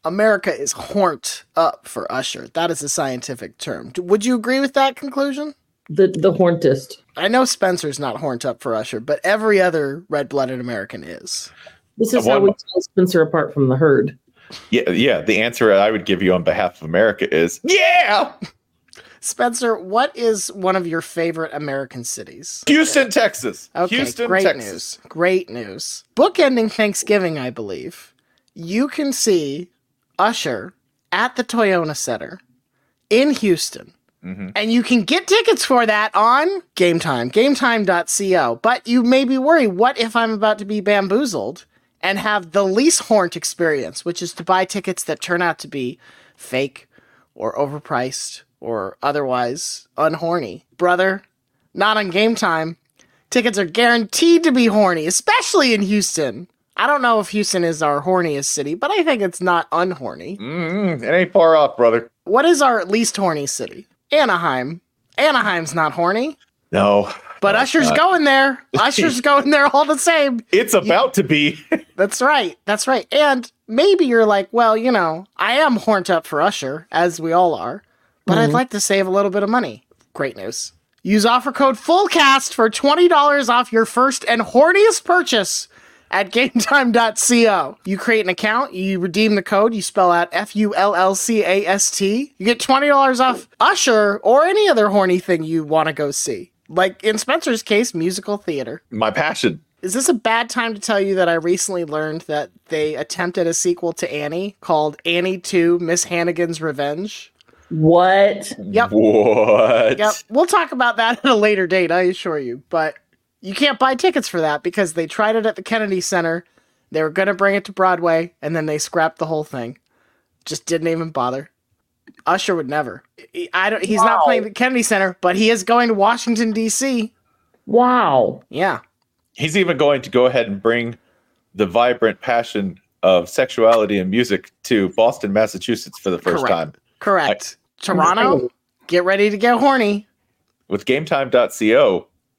America is horned up for Usher. That is a scientific term. D- Would you agree with that conclusion? The the horntist. I know Spencer's not horned up for Usher, but every other red blooded American is. This is Uh, how one we mo- tell Spencer apart from the herd. Yeah, yeah. The answer I would give you on behalf of America is Yeah! Spencer, what is one of your favorite American cities? Houston, Texas. Okay, Houston, great Texas. news. Great news. Bookending Thanksgiving, I believe. You can see Usher at the Toyota Center in Houston. Mm-hmm. And you can get tickets for that on Game Time, gametime.co. But you may be worried, what if I'm about to be bamboozled and have the least horned experience, which is to buy tickets that turn out to be fake or overpriced or otherwise unhorny? Brother, not on Game Time. Tickets are guaranteed to be horny, especially in Houston. I don't know if Houston is our horniest city, but I think it's not unhorny. Mm, it ain't far off, brother. What is our least horny city? Anaheim. Anaheim's not horny, No, but Usher's not. going there. Usher's going there all the same. it's about to be. That's right. That's right. And maybe you're like, well, you know, I am horned up for Usher, as we all are, but I'd Mhm. like to save a little bit of money. Great news. Use offer code FULLCAST for $20 off your first and horniest purchase at gametime.co. You create an account, you redeem the code, you spell out F U L L C A S T. You get $20 off Usher or any other horny thing you want to go see. Like in Spencer's case, musical theater. My passion. Is this a bad time to tell you that I recently learned that they attempted a sequel to Annie called Annie 2 Miss Hannigan's Revenge? What? Yep. What? Yep. We'll talk about that at a later date, I assure you. But you can't buy tickets for that because they tried it at the Kennedy Center. They were going to bring it to Broadway, and then they scrapped the whole thing. Just didn't even bother. Usher would never. He- I don't. He's not Wow. playing the Kennedy Center, but he is going to Washington D.C. Wow. Yeah. He's even going to go ahead and bring the vibrant passion of sexuality and music to Boston, Massachusetts for the first Correct. time. Correct. Toronto, get ready to get horny. With gametime.co,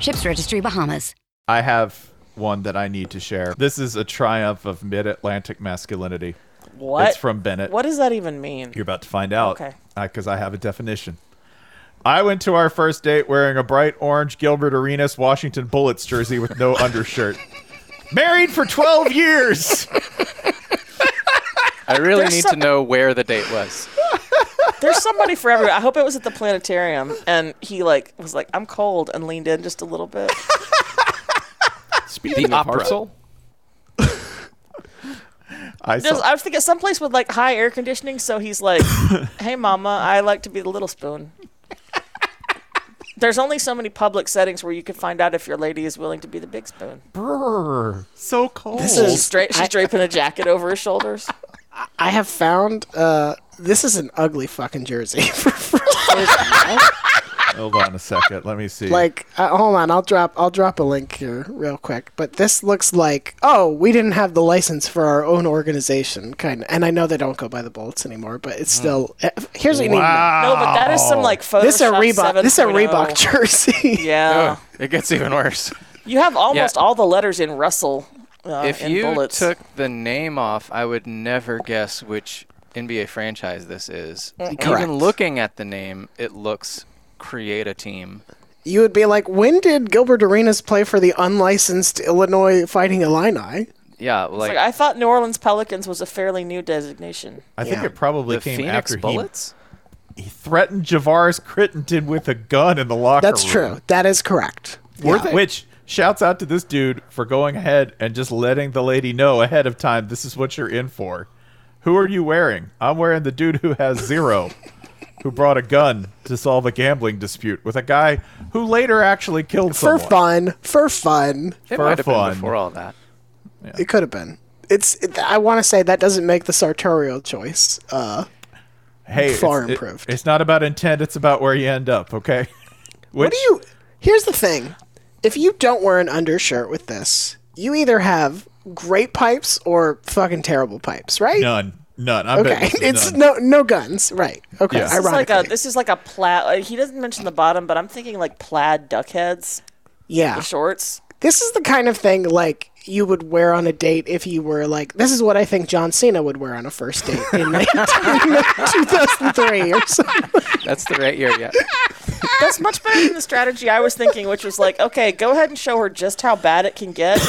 Ships Registry Bahamas. I have one that I need to share. This is a triumph of mid Atlantic masculinity. What? It's from Bennett. What does that even mean? You're about to find out. Okay. Because I have a definition. I went to our first date wearing a bright orange Gilbert Arenas Washington Bullets jersey with no undershirt. Married for 12 years. I really There's need some- to know where the date was. There's somebody for everyone. I hope it was at the planetarium, and he like was like, "I'm cold," and leaned in just a little bit. Speaking the of opera. parcel, I Just, saw, I was thinking someplace with like high air conditioning, so he's like, "Hey, mama, I like to be the little spoon." There's only so many public settings where you can find out if your lady is willing to be the big spoon. Brr, so cold. This is- she's, stra- she's I- draping a jacket over her shoulders. I have found uh, this is an ugly fucking jersey. Hold on a second. Let me see. like, uh, hold on, I'll drop I'll drop a link here real quick. But this looks like oh, we didn't have the license for our own organization, kind of. And I know they don't go by the bullets anymore, but it's still. eh, Here's what you No, but that is some like need. Photoshop. This is a Reebok. This is a 7.0. Reebok jersey. Yeah. Oh, It gets even worse. You have almost all the letters in Russell. Uh, if in you bullets. took the name off, I would never guess which NBA franchise this is. Mm-mm. Correct. Even looking at the name, it looks create a team. You would be like, when did Gilbert Arenas play for the unlicensed Illinois Fighting Illini? Yeah, It's like, like, I thought New Orleans Pelicans was a fairly new designation. I think Yeah. it probably the came Phoenix after he- Bullets. He, threatened Javaris Crittenden with a gun in the locker That's room. true. That is correct. Were they- Which shouts out to this dude for going ahead and just letting the lady know ahead of time this is what you're in for. Who are you wearing? I'm wearing the dude who has zero, who brought a gun to solve a gambling dispute with a guy who later actually killed For someone. fun. For fun. It for might have fun. been before all that. It could have been. It's. It, I want to say that doesn't make the sartorial choice. Uh, hey, far it's, it- improved. it's not about intent; it's about where you end up. Okay. what do you? Here's the thing: if you don't wear an undershirt with this, you either have great pipes or fucking terrible pipes, right? None. None. I'm Okay, betting it's none. no no guns, right? Okay, Yes. This is like ironically, a this is like a plaid. uh, He doesn't mention the bottom, but I'm thinking like plaid duck heads, yeah. the shorts. This is the kind of thing like you would wear on a date if you were like this is what I think John Cena would wear on a first date in 19 2003 or something. That's the right year, yeah. That's much better than the strategy I was thinking, which was like, okay, go ahead and show her just how bad it can get,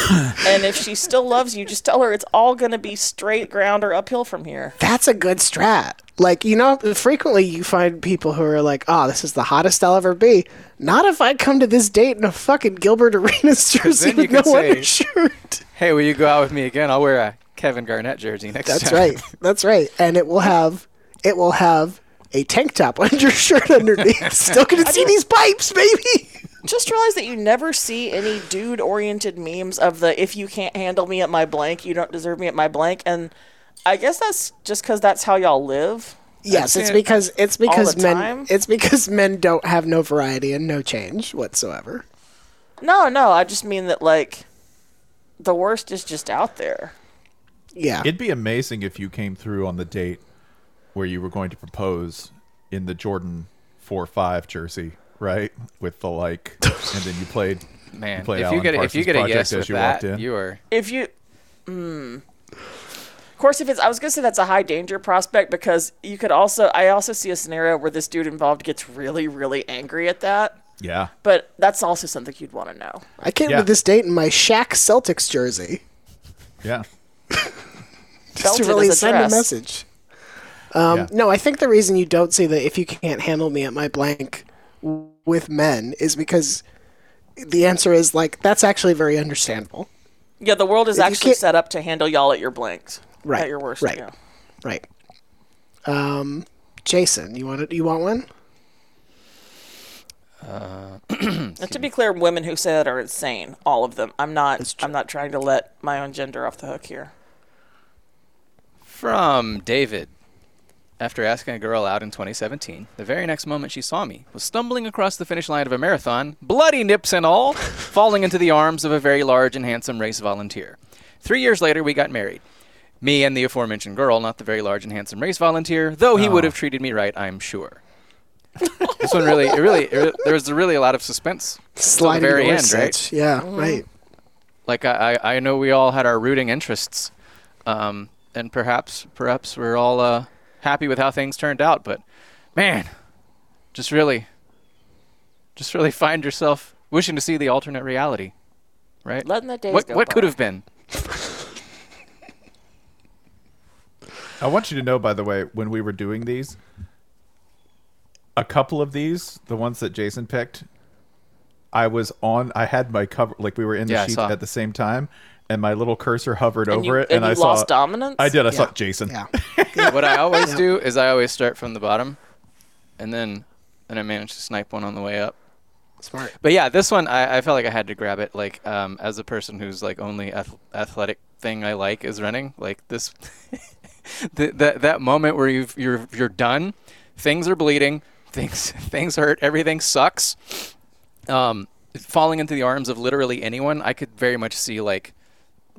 and if she still loves you, just tell her it's all gonna be straight ground or uphill from here. That's a good strat. Like, you know, frequently you find people who are like, oh, this is the hottest I'll ever be. Not if I come to this date in a fucking Gilbert Arenas jersey then you with no can say- undershirt. Hey, will you go out with me again? I'll wear a Kevin Garnett jersey next That's time. right. That's right. And it will have, it will have a tank top undershirt underneath. Still gonna see these pipes, baby. Just realize that you never see any dude-oriented memes of the "if you can't handle me at my blank, you don't deserve me at my blank," and I guess that's just because that's how y'all live. Yes, I've it's seen it because it's all because the men time. it's because men don't have no variety and no change whatsoever. No, no, I just mean that like the worst is just out there. Yeah. It'd be amazing if you came through on the date where you were going to propose in the Jordan four five jersey, right? With the like, and then you played. Man, played if you Alan get a, if Parsons you get a Project yes as with you walked that, in. you are If you, mm. of course, if it's I was gonna say that's a high danger prospect because you could also I also see a scenario where this dude involved gets really really angry at that, yeah. but that's also something you'd want to know. I came Yeah. to this date in my Shaq Celtics jersey. Yeah. Just to Belted really his send a address. message. Um, Yeah. No, I think the reason you don't see the if you can't handle me at my blank w- with men is because the answer is like that's actually very understandable. Yeah, the world is If you actually can't- set up to handle y'all at your blanks. Right, At your worst. right. Yeah. Right. Um, Jason, you want it? You want one? And to be clear, women who say that are insane. All of them. I'm not. I'm not trying to let my own gender off the hook here. From David. After asking a girl out in 2017, the very next moment she saw me was stumbling across the finish line of a marathon, bloody nips and all, falling into the arms of a very large and handsome race volunteer. Three years later, we got married. Me and the aforementioned girl, not the very large and handsome race volunteer, though he would have treated me right, I'm sure. this one really, it really, it re- there was really a lot of suspense. till the Sliding very door end, set. right? Yeah, right. Like I, I, I know we all had our rooting interests, um, and perhaps, perhaps we're all uh, happy with how things turned out. But man, just really, just really find yourself wishing to see the alternate reality, right? Letting the days what, go What by. could have been? I want you to know, by the way, when we were doing these, a couple of these, the ones that Jason picked, I was on. I had my cover, like we were in the Yeah, I sheet saw. at the same time, and my little cursor hovered And over you- it, and and, I you saw lost dominance? I did. I saw Yeah. Jason. Yeah. what I always do is I always start from the bottom, and then and I manage to snipe one on the way up. Smart. But yeah, this one I, I felt like I had to grab it. Like um, as a person who's like only ath- athletic thing I like is running. Like this, th- that that moment where you've, you're you're done, things are bleeding, things things hurt, everything sucks. Um, falling into the arms of literally anyone, I could very much see like,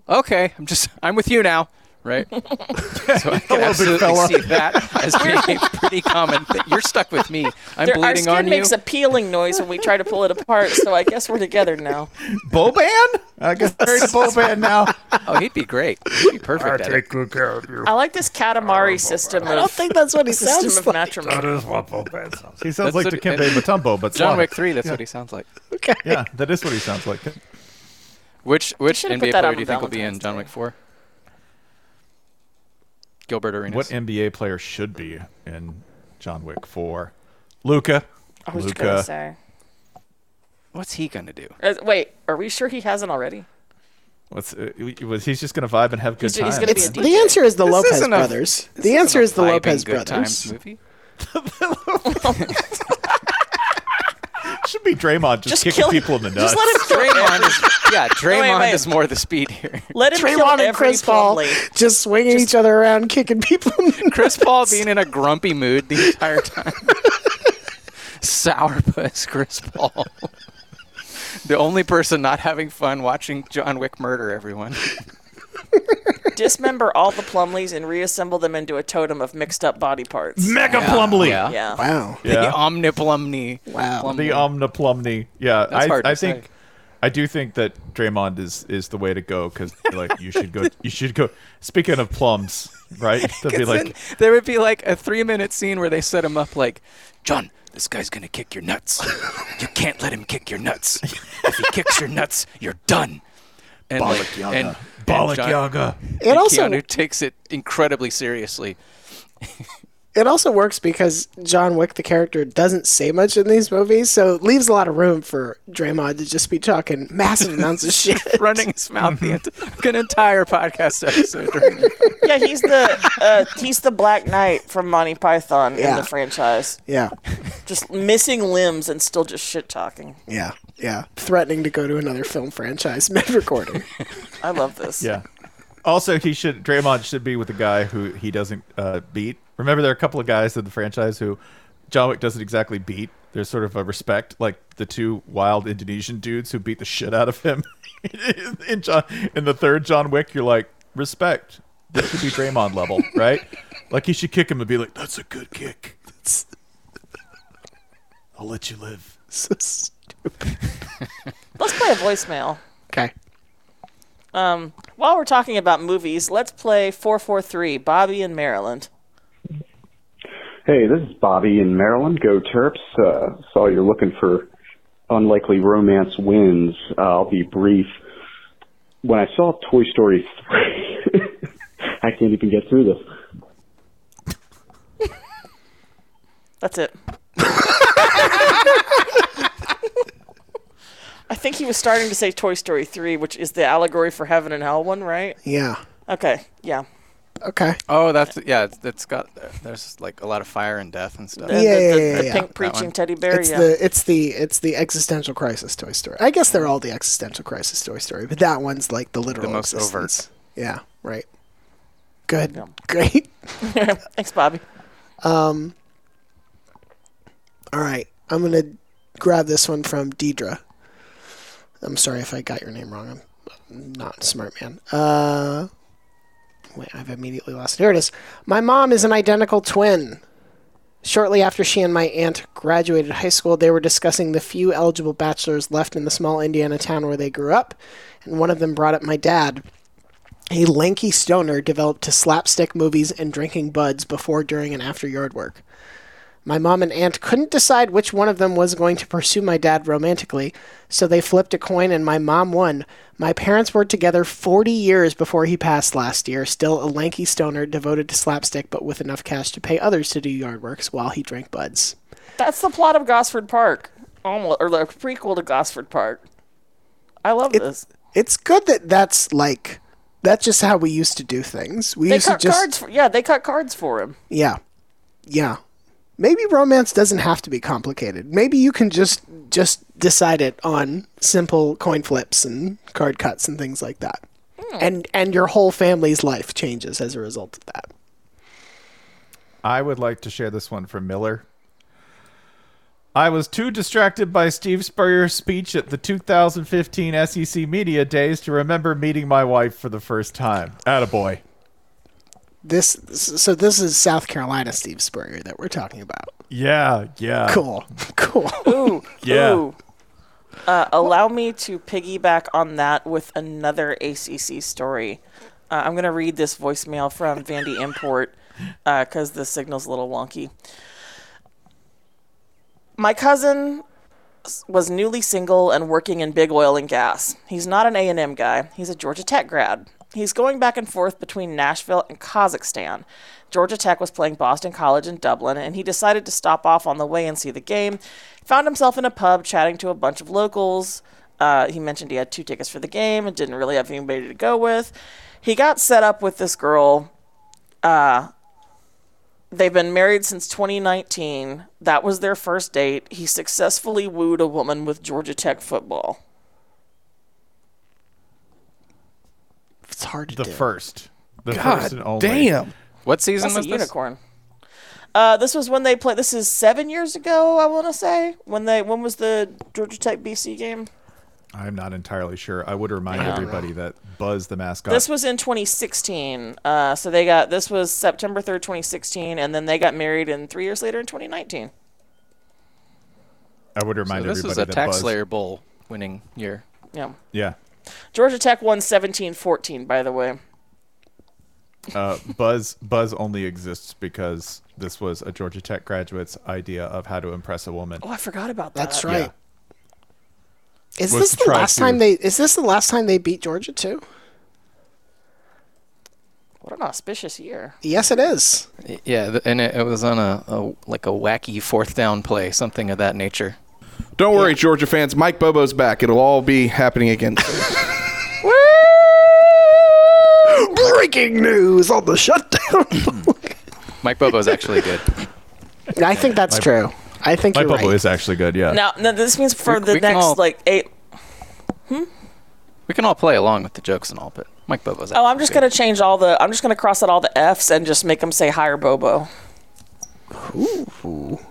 okay, I'm just I'm with you now, right? so I Hello, can big absolutely fella. see that as being a pretty common. thing. You're stuck with me. I'm There- our bleeding skin on you. makes a peeling noise when we try to pull it apart, so I guess we're together now. Boban? I guess there's Boban now. Oh, he'd be great. He'd be perfect. I at take it. good care of you. I like this Katamari system. I don't of- think that's what he system sounds of like. matrimony. That is what Boban sounds He sounds like Dikembe Mutombo, but John Slavic. Wick Three. That's Yeah. what he sounds like. Okay. Yeah, that is what he sounds like. Which which should've put NBA that player on do you think will be in John Wick Four? Gilbert Arenas. What NBA player should be in John Wick Four? Luca. I was gonna Luca. say. What's he gonna do? Uh, wait, are we sure he hasn't already? What's uh, was he's just gonna vibe and have good He's- he's times? gonna be a It's- The answer is the This Lopez isn't a- brothers. this the isn't answer a is the vibing Lopez good brothers. times movie? should be Draymond just, kicking people in the nuts. just let him kill Draymond is, yeah, Draymond wait. is more the speed here. Let him kill Draymond and every Chris Paul Plumlee. just swinging each other around, kicking people. In the Chris Paul being in a grumpy mood the entire time. Sourpuss Chris Paul. the only person not having fun watching John Wick murder everyone. Dismember all the Plumleys and reassemble them into a totem of mixed up body parts. Mega Yeah. Plumlee. Yeah. Yeah. Wow. The omniplumny. Wow. The omniplumny. Yeah, That's I, hard to I think say. I do think that Draymond is is the way to go because like you should go you should go. Speaking of plums, right? To be 'Cause like then there would be like a three minute scene where they set him up like, John, this guy's gonna kick your nuts. you can't let him kick your nuts. if he kicks your nuts, you're done. And like- Balak Yaga. and- and Balak John- Yaga. and It also- Keanu takes it incredibly seriously. It also works because John Wick, the character, doesn't say much in these movies, so it leaves a lot of room for Draymond to just be talking massive amounts of shit. running his mouth Mm-hmm. the ent- like an entire podcast episode. during it. yeah, he's the uh, he's the Black Knight from Monty Python in Yeah. the franchise. Yeah, Just missing limbs and still just shit talking. yeah, yeah. Threatening to go to another film franchise mid recording. I love this. Yeah. Also, he should Draymond should be with the guy who he doesn't uh, beat. Remember, there are a couple of guys in the franchise who John Wick doesn't exactly beat. There's sort of a respect, like the two wild Indonesian dudes who beat the shit out of him in John in the third John Wick. You're like respect. This should be Draymond level, right? Like he should kick him and be like, "That's a good kick. I'll let you live." So stupid. Let's play a voicemail. Okay. Um, while we're talking about movies, let's play 443 Bobby in Maryland. Hey, this is Bobby in Maryland. Go Terps. Uh, saw you're looking for unlikely romance wins. Uh, I'll be brief. When I saw Toy Story 3, I can't even get through this. That's it. I think he was starting to say Toy Story 3, which is the allegory for heaven and hell one, right? Yeah. Okay, yeah. Okay. Oh, that's yeah. It's, it's got there's like a lot of fire and death and stuff. Yeah, The- the- yeah, the- yeah, the yeah. pink That preaching one. teddy bear, It's yeah. the it's the it's the existential crisis Toy Story. I guess they're all the existential crisis Toy Story, but that one's like the literal most overt. existence. Yeah, right. Good, great. Thanks, Bobby. Um. All right, I'm gonna grab this one from Deidre. I'm sorry if I got your name wrong. I'm not smart man. Uh, wait, I've immediately lost. Here it is. My mom is an identical twin. Shortly after she and my aunt graduated high school, they were discussing the few eligible bachelors left in the small Indiana town where they grew up, and one of them brought up my dad. A lanky stoner developed to slapstick movies and drinking buds before, during, and after yard work. My mom and aunt couldn't decide which one of them was going to pursue my dad romantically, so they flipped a coin and my mom won. My parents were together 40 years before he passed last year, still a lanky stoner devoted to slapstick but with enough cash to pay others to do yard works while he drank buds. That's the plot of Gosford Park, almost, or the prequel to Gosford Park. I love this. It's good that that's like that's just how we used to do things. We They used to cut just cards for yeah, they cut cards for him. Yeah. Yeah. Maybe romance doesn't have to be complicated. Maybe you can just just decide it on simple coin flips and card cuts and things like that. And and your whole family's life changes as a result of that. I would like to share this one from Miller. I was too distracted by Steve Spurrier's speech at the 2015 SEC E Media Days to remember meeting my wife for the first time. Attaboy. This so this is South Carolina Steve Spurrier that we're talking about. Yeah, yeah. Cool. Cool. Ooh. Yeah. Ooh. Uh, allow me to piggyback on that with another ACC story. Uh, I'm going to read this voicemail from Vandy Import because the signal's a little wonky. My cousin s- was newly single and working in big oil and gas. He's not an A&M guy. He's a Georgia Tech grad. He's going back and forth between Nashville and Kazakhstan. Georgia Tech was playing Boston College in Dublin, and he decided to stop off on the way and see the game. Found himself in a pub chatting to a bunch of locals. Uh, he mentioned he had two tickets for the game and didn't really have anybody to go with. He got set up with this girl. Uh, They've been married since 2019. That was their first date. He successfully wooed a woman with Georgia Tech football. It's hard to the do. first. The God first and only. damn. What season That's was a this? unicorn. Uh, this was when they played. This is seven years ago, I want to say. When they when was the Georgia Tech BC game? I'm not entirely sure. I would remind Yeah. everybody that Buzz the mascot. This was in 2016. Uh, so they got this was September 3rd, 2016, and then they got married in three years later in 2019. I would remind So this everybody is a that tax Buzz. layer bowl winning year. Yeah. Yeah. Georgia Tech won 17-14, by the way. Uh, Buzz Buzz only exists because this was a Georgia Tech graduate's idea of how to impress a woman. Oh, I forgot about that. That's right. Is Was this to the try last to- time they is this the last time they beat Georgia too? What an auspicious year. Yes it is. Yeah, th- and it, it was on a, a like a wacky fourth down play, something of that nature. Don't worry, Georgia fans. Mike Bobo's back. It'll all be happening again. Breaking news on the shutdown. Mike Bobo's actually good. I think that's My- true. I think My you're bubble right. is actually good. Yeah. Now, now this means for We- the we can next all- like eight. We can all play along with the jokes and all, but Mike Bobo's. Oh, I'm just gonna change all the. I'm just gonna cross out all the F's and just make them say hire Bobo.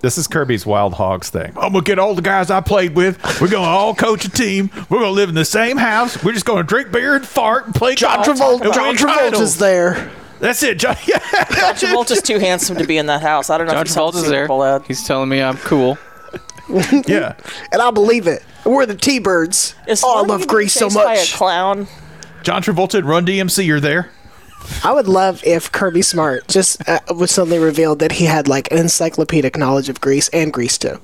This is Kirby's Wild Hogs thing. I'm gonna get all the guys I played with. We're gonna all coach a team. We're gonna live in the same house. We're just gonna drink beer and fart and play John golf Travolta. and John win Travolta's titles. there. That's it. John, yeah. John Travolta's too handsome to be in that house. I don't know. John if you saw the Travolta's Super there. Bowl ad. He's telling me I'm cool. yeah. And I believe it. We're the T Birds. Is Oh, I Snorri love being Greece so chased By a much. clown. John Travolta and Run DMC are there. I would love if Kirby Smart just uh, was suddenly revealed that he had like an encyclopedic knowledge of Greece and Greece too.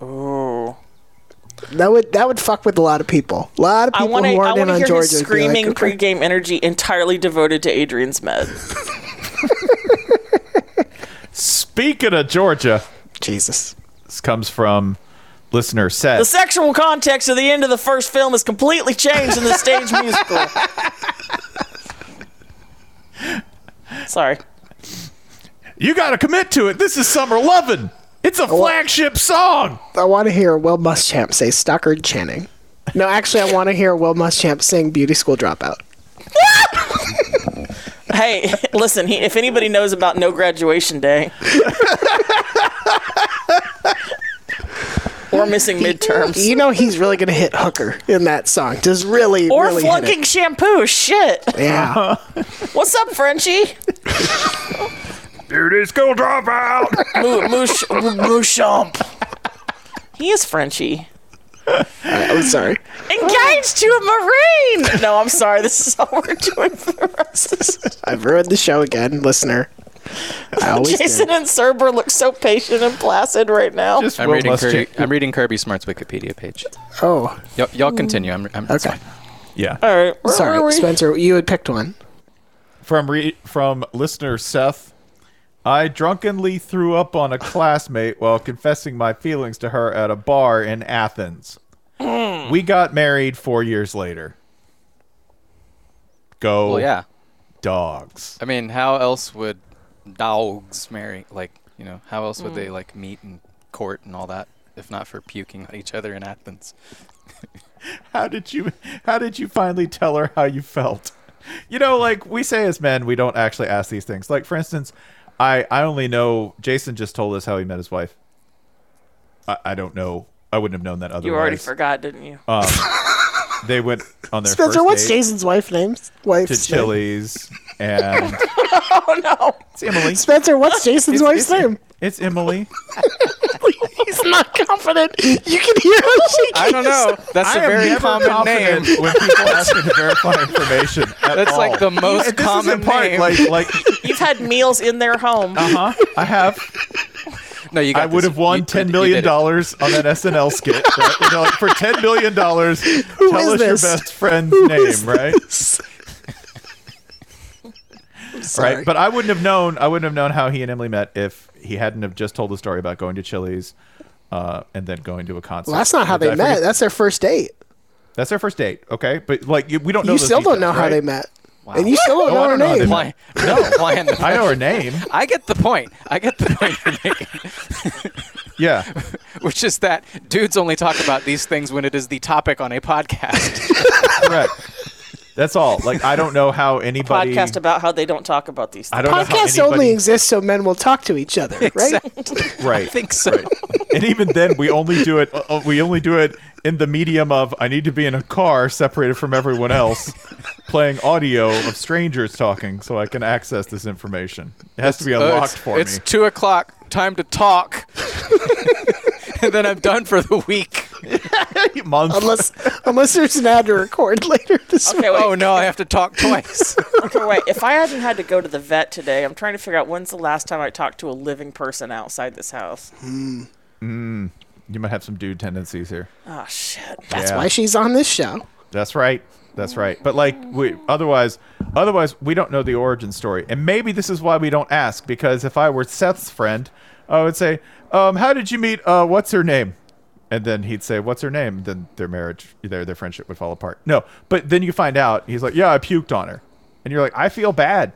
Oh. That would that would fuck with a lot of people. A lot of I people want to. who I aren't in want to on hear Georgia his would be like, screaming "Okay." pregame energy entirely devoted to Adrian's med. Speaking of Georgia, Jesus, this comes from listener Seth. the sexual context of the end of the first film is completely changed in the stage musical. Sorry. You got to commit to it. This is summer lovin'. It's a flagship song. I want to hear Will Muschamp say Stockard Channing. No, actually, I want to hear Will Muschamp sing Beauty School Dropout. Hey, listen. He, if anybody knows about no graduation day, or missing midterms, You know he's really gonna hit hooker in that song. Just really, or really hit flunking it. shampoo, shit. Yeah. What's up, Frenchie? Beauty school dropout. Moo- Moosh, Mooshamp. He is Frenchy. I'm Oh, sorry. Engaged to a Marine! No, I'm sorry. This is all we're doing for the rest of this. I've ruined the show again, listener. I always Jason do. and Cerber look so patient and placid right now. I'm reading, Kirby, I'm reading Kirby Smart's Wikipedia page. Oh, Y- y'all Mm. continue. I'm, I'm okay. Yeah. All right. Where sorry, were we? Spencer. You had picked one. from re- from listener Seth. I drunkenly threw up on a classmate while confessing my feelings to her at a bar in Athens. We got married four years later. Go, Well, yeah. dogs. I mean, how else would dogs marry? Like, you know, how else would Mm. they like meet in court and all that if not for puking on each other in Athens? How did you How did you finally tell her how you felt? You know, like we say as men, we don't actually ask these things. Like for instance, I I only know Jason just told us how he met his wife. I, I don't know. I wouldn't have known that otherwise. You already forgot, didn't you? Um, they went on their Spencer, first what's date Jason's wife name's wife's to name? Chili's, and oh, no. it's Emily. Spencer, what's Jason's wife's name? It's Emily. He's not confident. You can hear him shaking. I don't know. That's a I am very never common confident name. when people ask me to verify information. at That's like all. the most And this is in common part, name. Like, like You've had meals in their home. Uh huh. I have. No, you got I would this. have won You- ten you million did it. dollars on that SNL skit. Right? You know, like, for ten million dollars, tell is us this? your best friend's is name, right? Sorry. Right. But I wouldn't have known. I wouldn't have known how he and Emily met if he hadn't have just told the story about going to Chili's, uh, and then going to a concert. well, that's not how Did they I met. forget- That's their first date. That's their first date. Okay, but like you- we don't know. You those still don't know details, how right? they met. And you still don't No, I know don't know how her they name. met. Why- No, why in the I know her name. I get the point. I get the point you're making, Yeah. which is that dudes only talk about these things when it is the topic on a podcast. Correct. That's all. Like I don't know how anybody. Podcast about how they don't talk about these I things. don't know how Podcasts anybody- only exist so men will talk to each other, right? I Right. think so. and even then, we only do it. Uh, we only do it in the medium of I need to be in a car, separated from everyone else, playing audio of strangers talking, so I can access this information. It has to be Uh, unlocked it's, for it's me. two o'clock. Time to talk. and then I'm done for the week. Month. unless unless there's an ad to record later this Okay, wait. Oh no, I have to talk twice. Okay, wait. If I hadn't had to go to the vet today, I'm trying to figure out when's the last time I talked to a living person outside this house. you might have some dude tendencies here. Oh shit. That's Yeah. why she's on this show. That's right. That's right. But like we otherwise otherwise we don't know the origin story. And maybe this is why we don't ask because if I were Seth's friend, I would say, "Um how did you meet uh what's her name?" And then he'd say, "What's her name?" Then their marriage, their their friendship would fall apart. No, but then you find out he's like, "Yeah, I puked on her." And you're like, "I feel bad.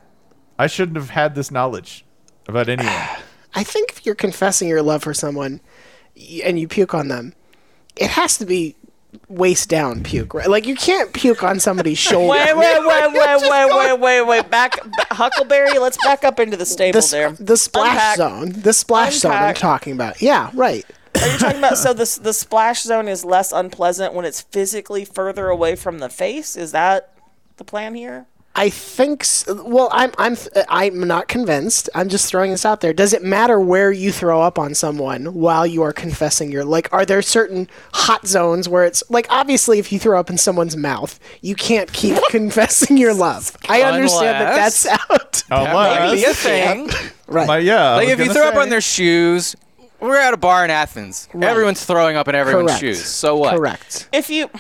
I shouldn't have had this knowledge about anyone." I think if you're confessing your love for someone y- and you puke on them, it has to be waist down puke, right? Like you can't puke on somebody's shoulder. Mm-hmm. Wait, wait, wait, wait, wait, wait, wait, wait. Back, b- Huckleberry. Let's back up into the the, stable sp- there. the splash Unpack. zone. The splash zone I'm Unpack. talking about. Yeah, right. Are you talking about so this the splash zone is less unpleasant when it's physically further away from the face? Is that the plan here? I think. s well, I'm I'm I'm not convinced. I'm just throwing this out there. Does it matter where you throw up on someone while you are confessing your like? Are there certain hot zones where it's like obviously if you throw up in someone's mouth, you can't keep confessing your love. I understand that that's out. Oh, That might be a Unless- thing. right. But yeah, I like was if you gonna throw up say- on their shoes We're at a bar in Athens. Everyone's throwing up in everyone's Correct. shoes. So what? Correct. If you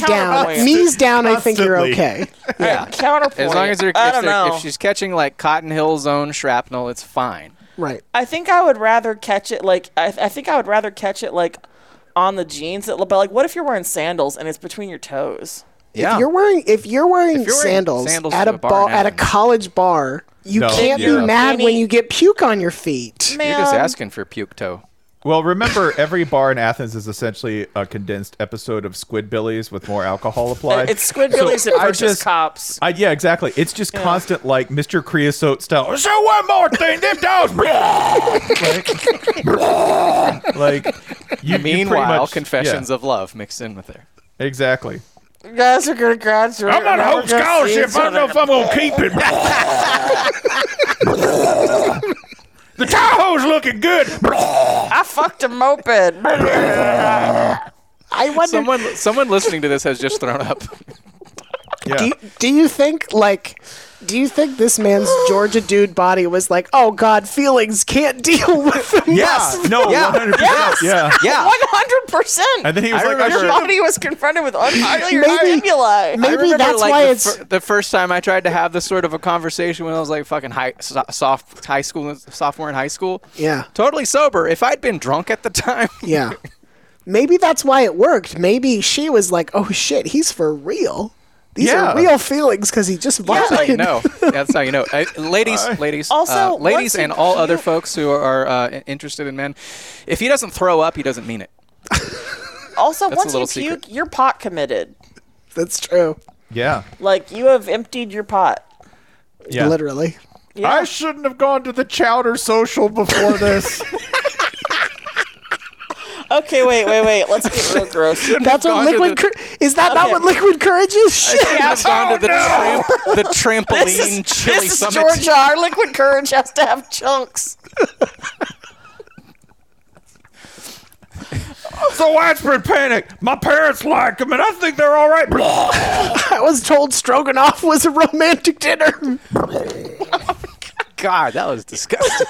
Alright, down. counterpoint. Knees down. I think you're Constantly. okay. Yeah. counterpoint, As long as they're, if, I don't they're- if know. she's catching like Cotton Hill Zone shrapnel, it's fine. Right. I think I would rather catch it like I, I think I would rather catch it like on the jeans. But like, what if you're wearing sandals and it's between your toes? If you're wearing if you're wearing, wearing sandals, sandals at to a a bar bar now- at a college bar, you No, can't yeah. be mad Danny- when you get puke on your feet. You're just Man. asking for puke toe. Well, remember, every bar in Athens is essentially a condensed episode of Squidbillies with more alcohol applied. It's Squidbillies So and I versus just- cops. I, yeah, exactly. It's just constant, like Mr. Creosote style. So one more thing, them dogs. like, you, you pretty Meanwhile, much- confessions yeah, of love mixed in with her. Exactly. You guys are gonna graduate. I'm on We're Hope gonna see Scholarship. each I don't know other. if I'm going to keep it. the Tahoe's looking good. I fucked a moped. I wonder. Someone, someone listening to this has just thrown up. Do you, do you think like do you think this man's Georgia dude body was like, oh God, feelings can't deal with them? Yeah, no, Yeah. 100%. Yeah. One hundred percent. And then he was I like, I remember- "Your should've- body was confronted with unfamiliar Maybe- stimuli." I remember, like, the it's- fir- the first time I tried to have this sort of a conversation when I was like fucking high, so- soft high school sophomore in high school. Yeah. Totally sober. If I'd been drunk at the time, Yeah. Maybe that's why it worked. Maybe she was like, oh shit, he's for real. These Yeah. are real feelings because he just that's how you vomited. know. That's how you know. Uh, ladies, ladies, Also, uh, once ladies, you- and all other folks who are uh, i- interested in men. If he doesn't throw up, he doesn't mean it. Also, once That's a you little puke, you're pot committed. That's true. Yeah. Like you have emptied your pot. Yeah. Literally. I shouldn't have gone to the chowder social before this. Okay, wait, wait, wait. Let's get real gross. That's what liquid cour- is that not Okay. what liquid courage is? Shit. I've gone to the, tram- the trampoline Oh, This is, chili this is summit. Georgia. Our liquid courage has to have chunks. So widespread panic. My parents like them, and I think they're all right. I was told stroganoff was a romantic dinner. God, that was disgusting.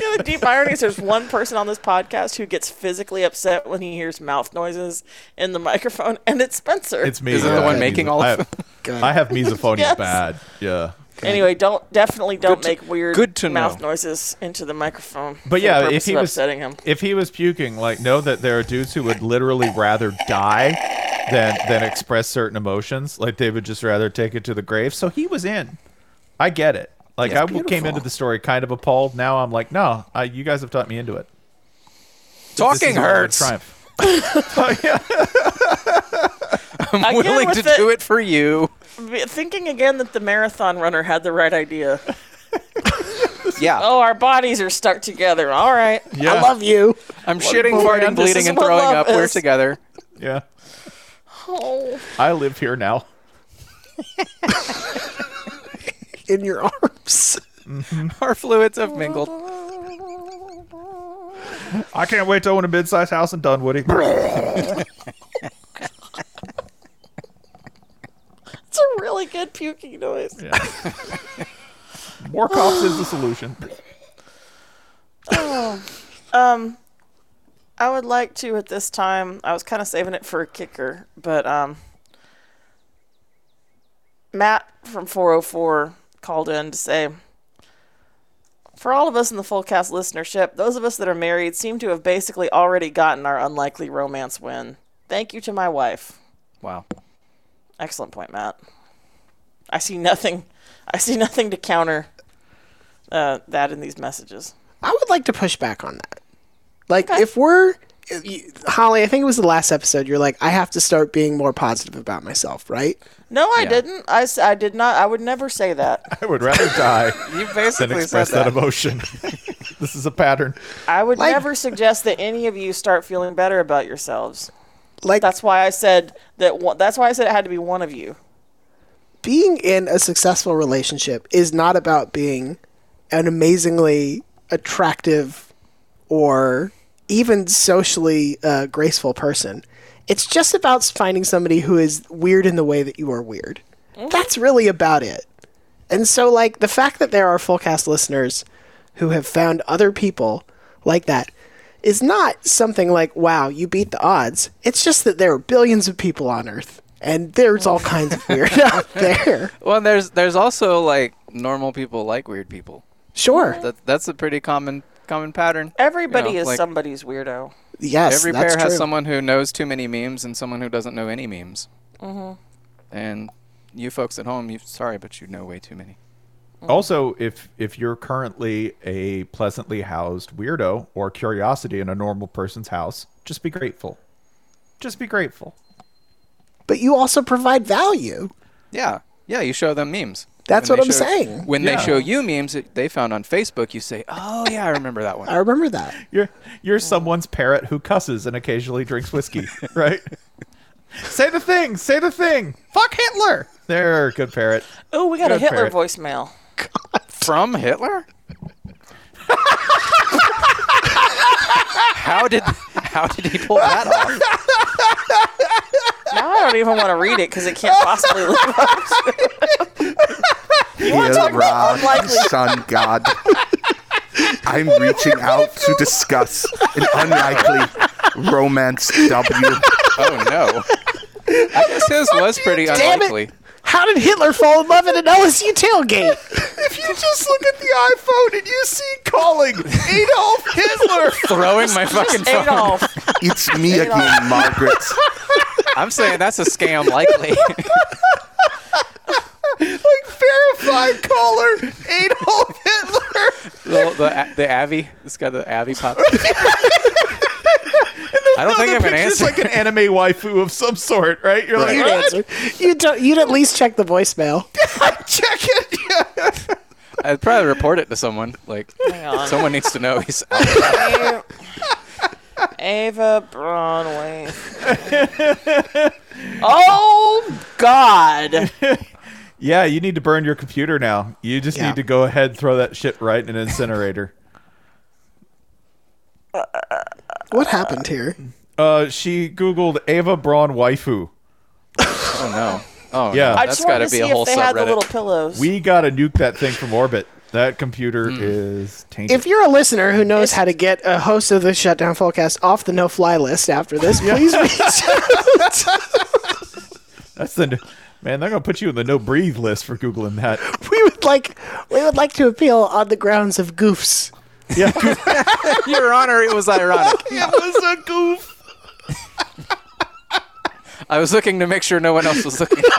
You know, the deep irony is there's one person on this podcast who gets physically upset when he hears mouth noises in the microphone, and it's Spencer. It's me. Is it the yeah. one making all of I- God. I have misophonia Yes. bad. Yeah. Anyway, don't definitely don't make weird good to mouth know. noises into the microphone. for the But yeah, purpose if he of was upsetting him, if he was puking, like know that there are dudes who would literally rather die than than express certain emotions. Like they would just rather take it to the grave. So he was in. I get it. Like Yeah, I it's came beautiful. into the story kind of appalled. Now I'm like, no, I, you guys have taught me into it. This Talking is a hurts. Triumph. Oh, Again, I'm willing with to the- do it for you. Be- thinking again that the marathon runner had the right idea. Yeah. Oh, our bodies are stuck together. All right. Yeah. I love you. I'm shitting, boy, farting, this is bleeding, and what throwing love up. We're is. together. Yeah. Oh. I live here now. In your arms. Our fluids have mingled. I can't wait to own a mid-sized house in Dunwoody. It's a really good puking noise. More cops is the solution. Um, I would like to at this time. I was kind of saving it for a kicker, but um, Matt from 404 called in to say, for all of us in the full cast listenership, those of us that are married seem to have basically already gotten our unlikely romance win. Thank you to my wife. Wow. Excellent point, Matt. I see nothing. I see nothing to counter uh, that in these messages. I would like to push back on that. Like, if we're you- Holly, I think it was the last episode. You're like, I have to start being more positive about myself, right? No, I Yeah. didn't. I, s- I did not. I would never say that. I would rather die You than basically said express that that. emotion. this is a pattern. I would Like- never suggest that any of you start feeling better about yourselves. Like, That's why I said that. One, that's why I said it had to be one of you. being in a successful relationship is not about being an amazingly attractive or even socially uh, graceful person. It's just about finding somebody who is weird in the way that you are weird. That's really about it. And so, like, the fact that there are full cast listeners who have found other people like that, is not something like, wow, you beat the odds. It's just that there are billions of people on Earth, and there's all kinds of weird out there. Well, and there's there's also like normal people like weird people. Sure. That, that's a pretty common common pattern. Everybody You know, is like, somebody's weirdo. Every pair has someone who knows too many memes and someone who doesn't know any memes. Mhm. And you folks at home, you sorry, but you know way too many. Also, if if you're currently a pleasantly housed weirdo or curiosity in a normal person's house, just be grateful. Just be grateful. But you also provide value. Yeah. Yeah, you show them memes. That's When what they I'm show- saying. When Yeah. they show you memes that they found on Facebook, you say, "Oh yeah, I remember that one." I remember that. You're you're someone's parrot who cusses and occasionally drinks whiskey, right? say the thing, say the thing. Fuck Hitler. There, good parrot. Oh, we got a Good Hitler parrot. voicemail. From Hitler? How did how did he pull that off? Now I don't even want to read it because it can't possibly live up to You want to talk Iraq, about unlikely? sun god. I'm reaching out to discuss an unlikely romance W. Oh no. I guess his was pretty Damn it. unlikely. How did Hitler fall in love at an LSU tailgate? If you just look at the iPhone and you see calling Adolf Hitler, Throwing my fucking phone. It's me again, Margaret. I'm saying that's a scam likely. like verified caller Adolf Hitler, the, the, the Avi. It's got the Avi pop. I don't think I'm gonna It's answer. like an anime waifu of some sort, right? You're You'd like, answer. You don't. You'd at least check the voicemail. check it. I'd probably report it to someone. Like on. someone needs to know he's out. Ava Bronway. oh God! Yeah, you need to burn your computer now. You just Yeah. need to go ahead and throw that shit right in an incinerator. What happened here? Uh, she Googled Ava Braun waifu. Oh no! Oh yeah, I just wanted to see if they had the little pillows. We gotta nuke that thing from orbit. That computer Mm. is tainted. If you're a listener who knows how to get a host of the Shutdown Forecast off the no-fly list after this, please reach out. That's the man. They're gonna put you in the no breathe list for googling that. we would like we would like to appeal on the grounds of goofs. Yeah, Your Honor, it was ironic. It was a goof. I was looking to make sure no one else was looking. The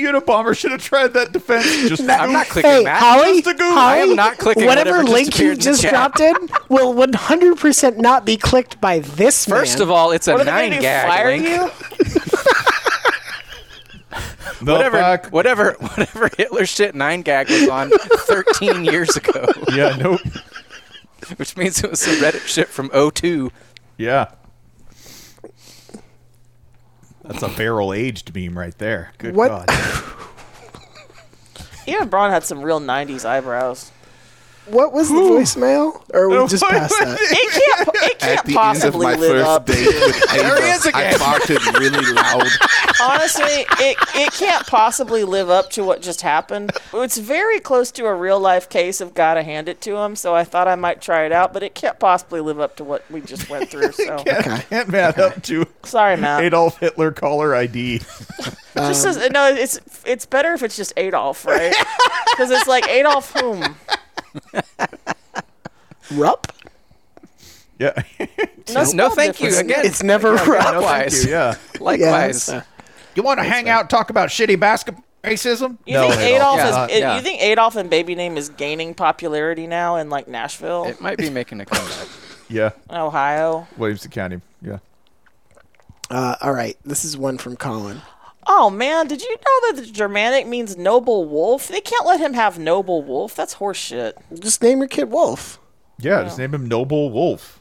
Unabomber should have tried that defense. Just I'm not clicking hey, that. Holly, Just a Google. Holly, I am not clicking whatever, whatever just link appeared you in the just chat. dropped in will 100% not be clicked by this First man. of all, it's a What are they gonna nine do, gag fire link. you? Oh, whatever, whatever, whatever Hitler shit nine gag was on 13 years ago. Yeah, nope. Which means it was some Reddit shit from 02. Yeah. That's a barrel aged meme right there. Good What- God. Eva Braun had some real '90s eyebrows. What was the voicemail? Or we just passed that? It At can't. It can't the end of possibly my live first up. date with Ava, There he is I again. farted really loud. Honestly, it, it can't possibly live up to what just happened. It's very close to a real life case of gotta hand it to him, so I thought I might try it out, but it can't possibly live up to what we just went through. So Can't man up to sorry, Matt. Adolf Hitler caller ID. just um, as, no, it's it's better if it's just Adolf, right? Because it's like Adolf whom? Rupp? Yeah. No, no thank you difference. again. It's never Yeah, right. Likewise. Yeah. Likewise. Yeah. You want to hang out, talk about shitty basketball racism? You think Adolf, Yeah, is? it- yeah. You think Adolf and baby name is gaining popularity now in like Nashville, It might be making a comeback. Yeah. Ohio? Williamson County. Yeah. Uh, all right, this is one from Colin. Oh man, did you know that the Germanic means noble wolf? They can't let him have noble wolf. That's horseshit. Just name your kid Wolf. Yeah, just name him Noble Wolf.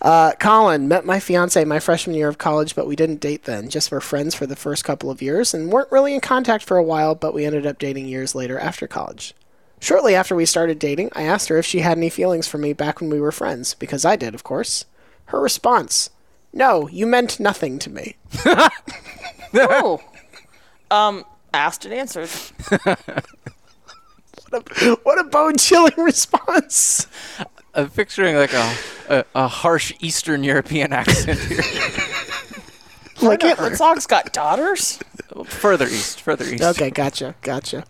Uh, Colin met my fiance my freshman year of college, but we didn't date then. Just were friends for the first couple of years and weren't really in contact for a while, but we ended up dating years later after college. Shortly after we started dating, I asked her if she had any feelings for me back when we were friends, because I did, of course. Her response No, you meant nothing to me. oh. Um, asked and answered. What a bone chilling response. I'm picturing like a, a, a harsh Eastern European accent here. Like it. Herzog's got daughters? further east, further east. Okay, gotcha, gotcha.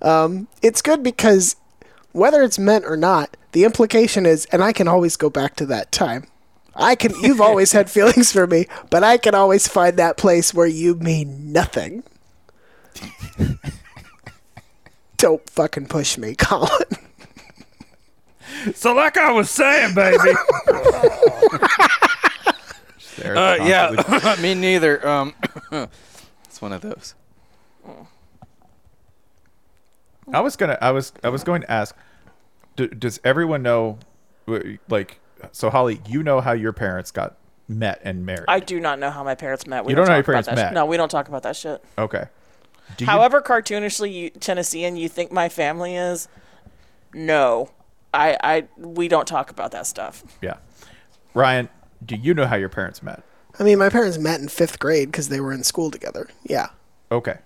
Um, it's good because whether it's meant or not, the implication is, and I can always go back to that time. I can. You've always had feelings for me, but I can always find that place where you mean nothing. Don't fucking push me, Colin. So, like I was saying, baby. Uh, yeah, me neither. Um, it's one of those. I was gonna. I was. I was going to ask. Do, does everyone know? w- Like, so Holly, you know how your parents got met and married. I do not know how my parents met. We You don't know how talk your about parents that sh- met. No, we don't talk about that shit. okay. Do you- However cartoonishly you, Tennessean you think my family is, no, I, I, we don't talk about that stuff. yeah. Ryan, do you know how your parents met? I mean, my parents met in fifth grade because they were in school together. Yeah, Okay.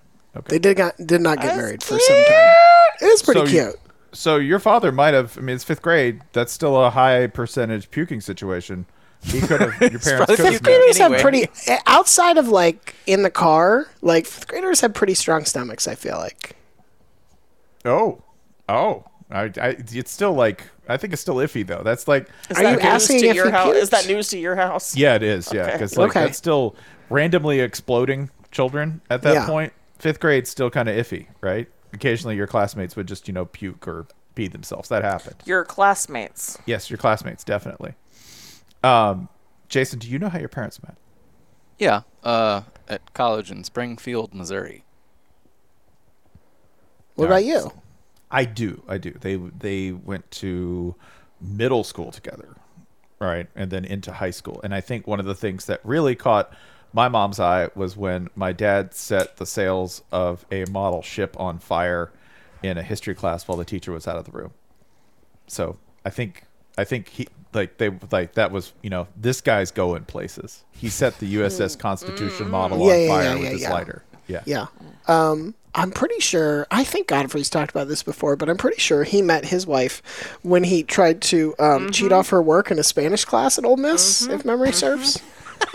they did not did not get married for some time. It is pretty So you- cute. so your father might have. I mean, it's fifth grade. That's still a high percentage puking situation. He could have. Your parents Fifth could have. graders have pretty eh, outside of like in the car. Like fifth graders have pretty strong stomachs. I feel like. Oh, oh. I, I, it's still like I think it's still iffy though. That's like Is Are that you news asking to if your he house? Is puked? that news to your house? Yeah, it is. Yeah, Okay. because like Okay. that's still randomly exploding children at that Yeah. point. Fifth grade's still kind of iffy, right? Occasionally, your classmates would just you know puke or pee themselves. That happened. Your classmates. Yes, your classmates definitely. Um, Jason, do you know how your parents met? Yeah, uh, at college in Springfield, Missouri. What about you? I do. I do. They they went to middle school together, right, and then into high school. And I think one of the things that really caught my mom's eye was when my dad set the sails of a model ship on fire in a history class while the teacher was out of the room. So I think I think he like they like that was you know this guy's going places. He set the USS Constitution model Yeah, on yeah, fire yeah, with yeah, his yeah. lighter. Yeah. Yeah. Um, I'm pretty sure. I think Godfrey's talked about this before, but I'm pretty sure he met his wife when he tried to um, Mm-hmm. cheat off her work in a Spanish class at Ole Miss, if memory serves.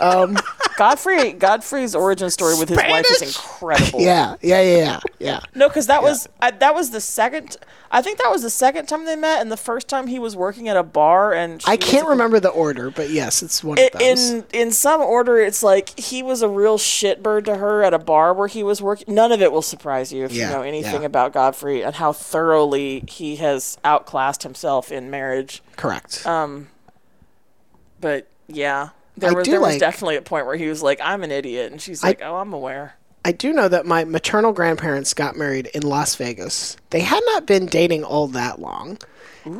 Um, Godfrey Godfrey's origin story with his wife is incredible. yeah, yeah, yeah, yeah, yeah. No, because that was I, that was the second. I think that was the second time they met, and the first time he was working at a bar, and she I was can't remember the order, but yes, it's one I- of those. in in some order, it's like he was a real shitbird to her at a bar where he was working. None of it will surprise you if Yeah, you know anything yeah. about Godfrey and how thoroughly he has outclassed himself in marriage. Correct. Um, but yeah, there I was do there was like- definitely a point where he was like, "I'm an idiot," and she's I- like, "Oh, I'm aware." I do know that my maternal grandparents got married in Las Vegas. They had not been dating all that long.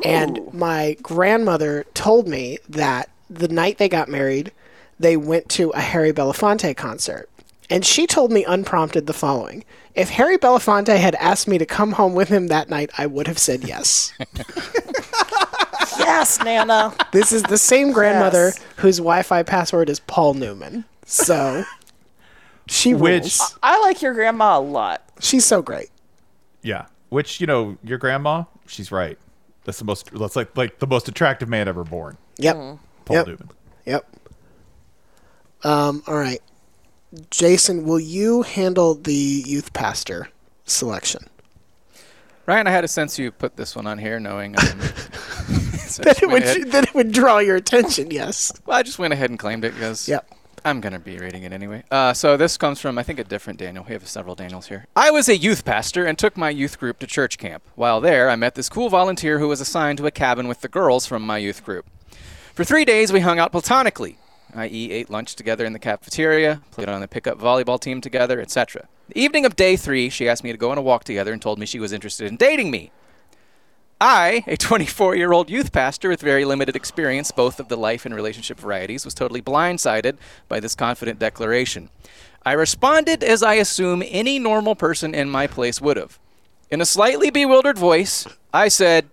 And my grandmother told me that the night they got married, they went to a Harry Belafonte concert. And she told me unprompted the following If Harry Belafonte had asked me to come home with him that night, I would have said yes. yes, Nana. this is the same grandmother whose Wi Fi password is Paul Newman. So she Which- rules. I like your grandma a lot. She's so great. Yeah, which you know, your grandma, she's right. That's the most. That's like like the most attractive man ever born. Yep. Paul Yep. Newman. Yep. Um, all right. Jason, will you handle the youth pastor selection? Ryan, I had a sense you put this one on here knowing. Um, so I Then just it, went would, ahead- then it would draw your attention, yes. Well, I just went ahead and claimed it because Yep. I'm going to be reading it anyway. Uh, so this comes from, I think, a different Daniel. We have several Daniels here. I was a youth pastor and took my youth group to church camp. While there, I met this cool volunteer who was assigned to a cabin with the girls from my youth group. For three days, we hung out platonically, i.e., ate lunch together in the cafeteria, played on the pickup volleyball team together, etc. The evening of day three, she asked me to go on a walk together and told me she was interested in dating me. I, a 24 year old youth pastor with very limited experience, both of the life and relationship varieties, was totally blindsided by this confident declaration. I responded as I assume any normal person in my place would have. In a slightly bewildered voice, I said,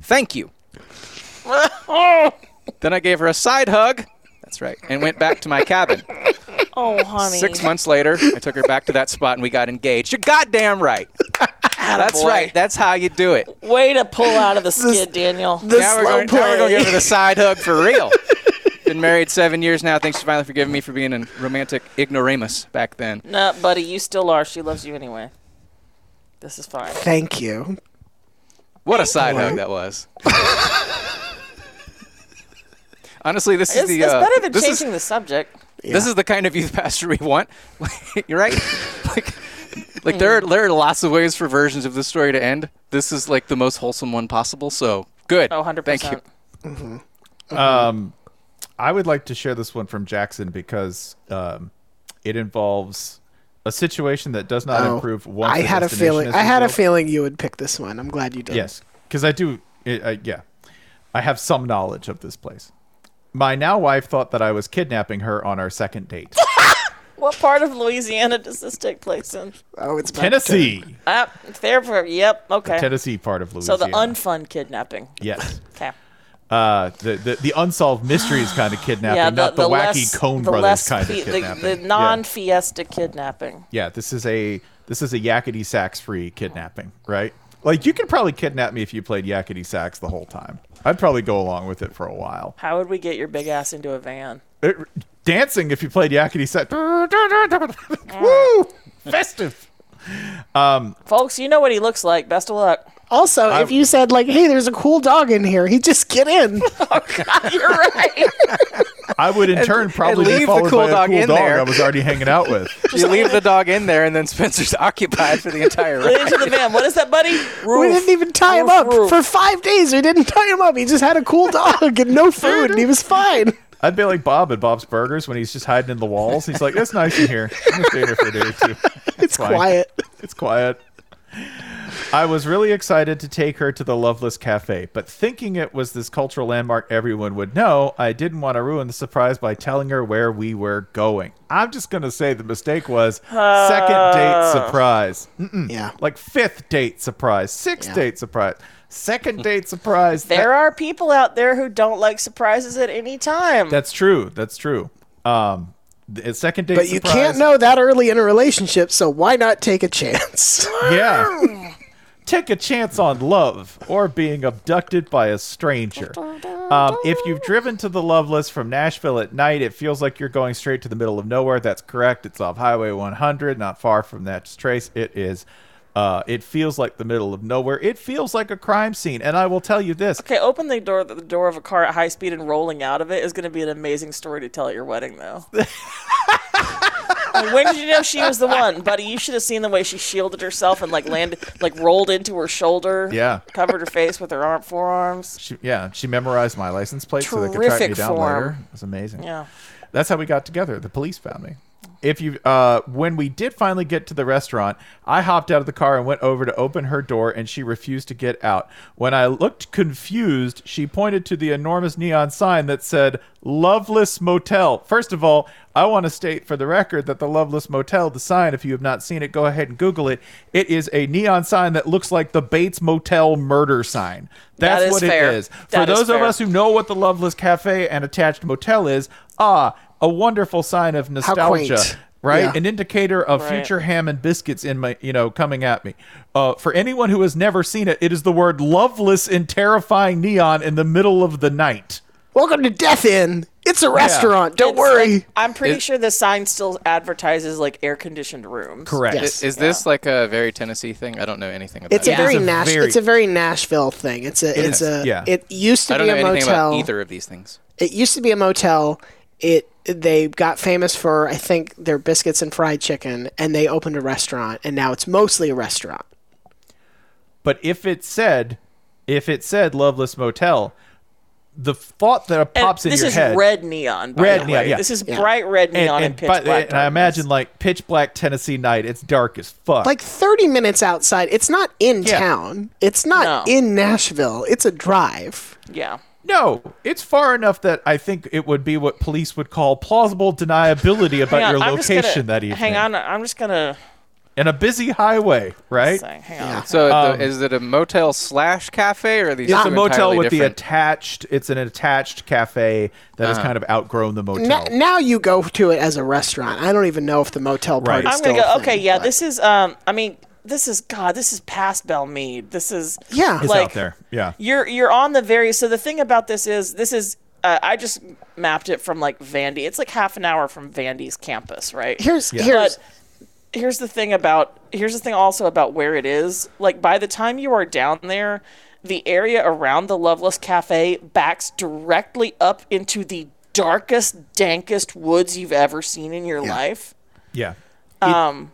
Thank you. then I gave her a side hug. That's right. And went back to my cabin. Oh, honey. Six months later, I took her back to that spot and we got engaged. You're goddamn right. That's right. That's how you do it. Way to pull out of the skid, Daniel. now, we're going, now we're going to give her the side hug for real. Been married seven years now. Thanks for finally forgiving me for being a romantic ignoramus back then. No, buddy, you still are. She loves you anyway. This is fine. Thank you. What a side hug that was. Honestly, this is It's, the. it's uh, better than this is- changing the subject. This is the kind of youth pastor we want. You're right. like, like there are Mm. there are lots of ways for versions of this story to end. This is like the most wholesome one possible. So good. Oh, 100%. Thank you. Mm-hmm. Um, I would like to share this one from Jackson because um, it involves a situation that does not Oh, improve once. I the had a destination feeling. is I had a revealed. feeling you would pick this one. I'm glad you did. Yes, because I do. It, I, yeah, I have some knowledge of this place. My now wife thought that I was kidnapping her on our second date. What part of Louisiana does this take place in? Oh, it's Tennessee, Ah, fair for yep. Okay. the Tennessee part of So Louisiana. the unfun kidnapping. yes. Okay. Uh, the, the the unsolved mysteries kind of kidnapping, yeah, the, not the, the wacky less, Cone the Brothers less kind fe- of kidnapping. The, the Yeah. non-fiesta kidnapping. Yeah, this is a this is a yakety sax free kidnapping, right? Like you could probably kidnap me if you played yakety sax the whole time. I'd probably go along with it for a while. How would we get your big ass into a van? It- dancing if you played yakety sax. Woo! Festive. Um, Folks, you know what he looks like. Best of luck. Also, I- if you said like, "Hey, there's a cool dog in here," he'd just get in. You're right. I would in And- turn and probably leave be the followed cool by dog a cool in dog there. I was already hanging out with. You leave the dog in there, and then Spencer's occupied for the entire Get into ride. the van. What is that, buddy? we Roof. didn't even tie him up roof. for five days. We didn't tie him up. He just had a cool dog and no food, and he was fine. I'd be like Bob at Bob's Burgers when he's just hiding in the walls. He's like, "It's nice in here. I'm gonna stay here for a day or two. It's fine. quiet. It's quiet." I was really excited to take her to the Loveless Cafe, but thinking it was this cultural landmark everyone would know, I didn't want to ruin the surprise by telling her where we were going. I'm just gonna say the mistake was second date Ah. surprise. Mm-mm. Yeah, like fifth date surprise, sixth Yeah. date surprise, second date surprise. There are people out there who don't like surprises at any time. That's true. That's true. Um, the second date, But you surprise- can't know that early in a relationship, so why not take a chance? Yeah. Take a chance on love or being abducted by a stranger. Um, if you've driven to the Loveless from Nashville at night, it feels like you're going straight to the middle of nowhere. That's correct. It's off Highway 100, not far from that trace. It is. Uh, it feels like the middle of nowhere. It feels like a crime scene. And I will tell you this. Okay, open the door the door of a car at high speed and rolling out of it is going to be an amazing story to tell at your wedding, though. Like, when did you know she was the one, buddy? You should have seen the way she shielded herself and like landed, like rolled into her shoulder. Yeah. covered her face with her arm forearms. She, yeah, she memorized my license plate so they could track Terrific me down form. later. It was amazing. Yeah. That's how we got together. The police found me. If you uh when we did finally get to the restaurant, I hopped out of the car and went over to open her door and she refused to get out. When I looked confused, she pointed to the enormous neon sign that said Loveless Motel. First of all, I want to state for the record that the Loveless Motel, the sign, if you have not seen it, go ahead and Google it. It is a neon sign that looks like the Bates Motel murder sign. That That's is what fair. it is. For That is those of fair. us who know what the Loveless Cafe and attached motel is, ah, a wonderful sign of nostalgia, quaint. right? Yeah. An indicator of Right. future ham and biscuits in my, you know, coming at me. Uh, for anyone who has never seen it, it is the word "loveless" in terrifying neon in the middle of the night. Welcome to Death Inn. It's a Yeah. restaurant. Don't It's worry. like- I'm pretty It- sure the sign still advertises like air conditioned rooms. I- Is, this like a very Tennessee thing? I don't know anything about. it's it. a very Nash. It's a very Nashville thing. It's a. It it's is, a. yeah. It used to I don't be know a anything motel. about either of these things. It used to be a motel. It they got famous for I think their biscuits and fried chicken, and they opened a restaurant, and now it's mostly a restaurant. But if it said, if it said "loveless motel," the thought that And pops in this your is head. red neon. By Red the neon, way. yeah. This is bright red neon and, pitch but- black. and I imagine like pitch black Tennessee night. It's dark as fuck. Like thirty minutes outside. It's not in town. It's not in Nashville. It's a drive. Yeah. No, it's far enough that I think it would be what police would call plausible deniability about Hang on, your I'm just gonna- location that evening. Hang on, I'm just gonna. And a busy highway, right? hang on. So Um, the, is it a motel slash cafe or are these? it's two a motel entirely with the different? attached. It's an attached cafe that has Uh-huh. kind of outgrown the motel. Now, now you go to it as a restaurant. I don't even know if the motel part Right. is I'm still gonna go. a thing. Okay, yeah, this is. Um, I mean, this is God. This is past Belmead. This is yeah. It's like out there. Yeah. you're you're on the very. So the thing about this is this is uh, I just mapped it from like Vandy. It's like half an hour from Vandy's campus, right? Here's- Yeah. here's- but here's the thing about here's the thing also about where it is. Like by the time you are down there, the area around the Loveless Cafe backs directly up into the darkest, dankest woods you've ever seen in your life. Yeah. Um,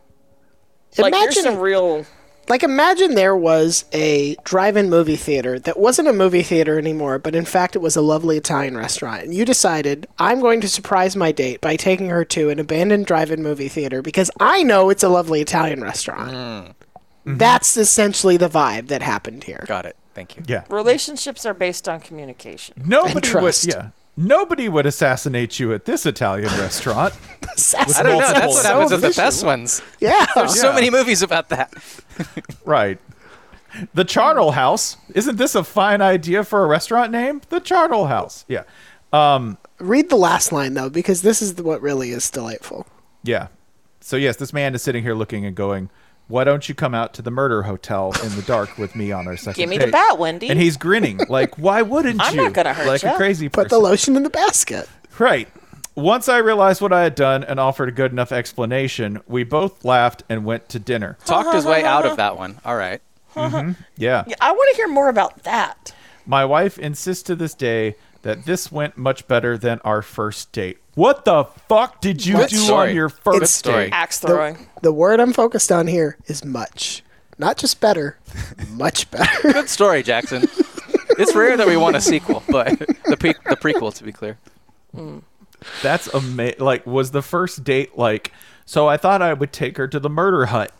like there's Imagine- some real. Like, imagine there was a drive in movie theater that wasn't a movie theater anymore, but in fact, it was a lovely Italian restaurant. And you decided, I'm going to surprise my date by taking her to an abandoned drive in movie theater because I know it's a lovely Italian restaurant. Mm-hmm. That's essentially the vibe that happened here. Got it. Thank you. Yeah. Relationships are based on communication. Nobody would. Yeah. Nobody would assassinate you with this Italian restaurant. I don't know. That's what happens with the best ones. Yeah. There's so Yeah. many movies about that. Right. The Charnel House. Isn't this a fine idea for a restaurant name? The Charnel House. Yeah. Um, Read the last line, though, because this is what really is delightful. Yeah. So yes, this man is sitting here looking and going, "Why don't you come out to the murder hotel in the dark with me on our second Give me the date?" bat, Wendy. And he's grinning like, "Why wouldn't I'm you?" not gonna hurt like ya. a crazy person. Put the lotion in the basket. Right. Once I realized what I had done and offered a good enough explanation, we both laughed and went to dinner. Talked his way out of that one. All right. Mhm. Yeah. Yeah, I want to hear more about that. My wife insists to this day that this went much better than our first date. What the fuck did you What? do Sorry. on your first It's- date? The- The, word I'm focused on here is much. Not just better, much better. Good story, Jackson. it's rare that we want a sequel, but the pre- the prequel, to be clear. That's amazing. Like, was the first date like? So I thought I would take her to the murder hut.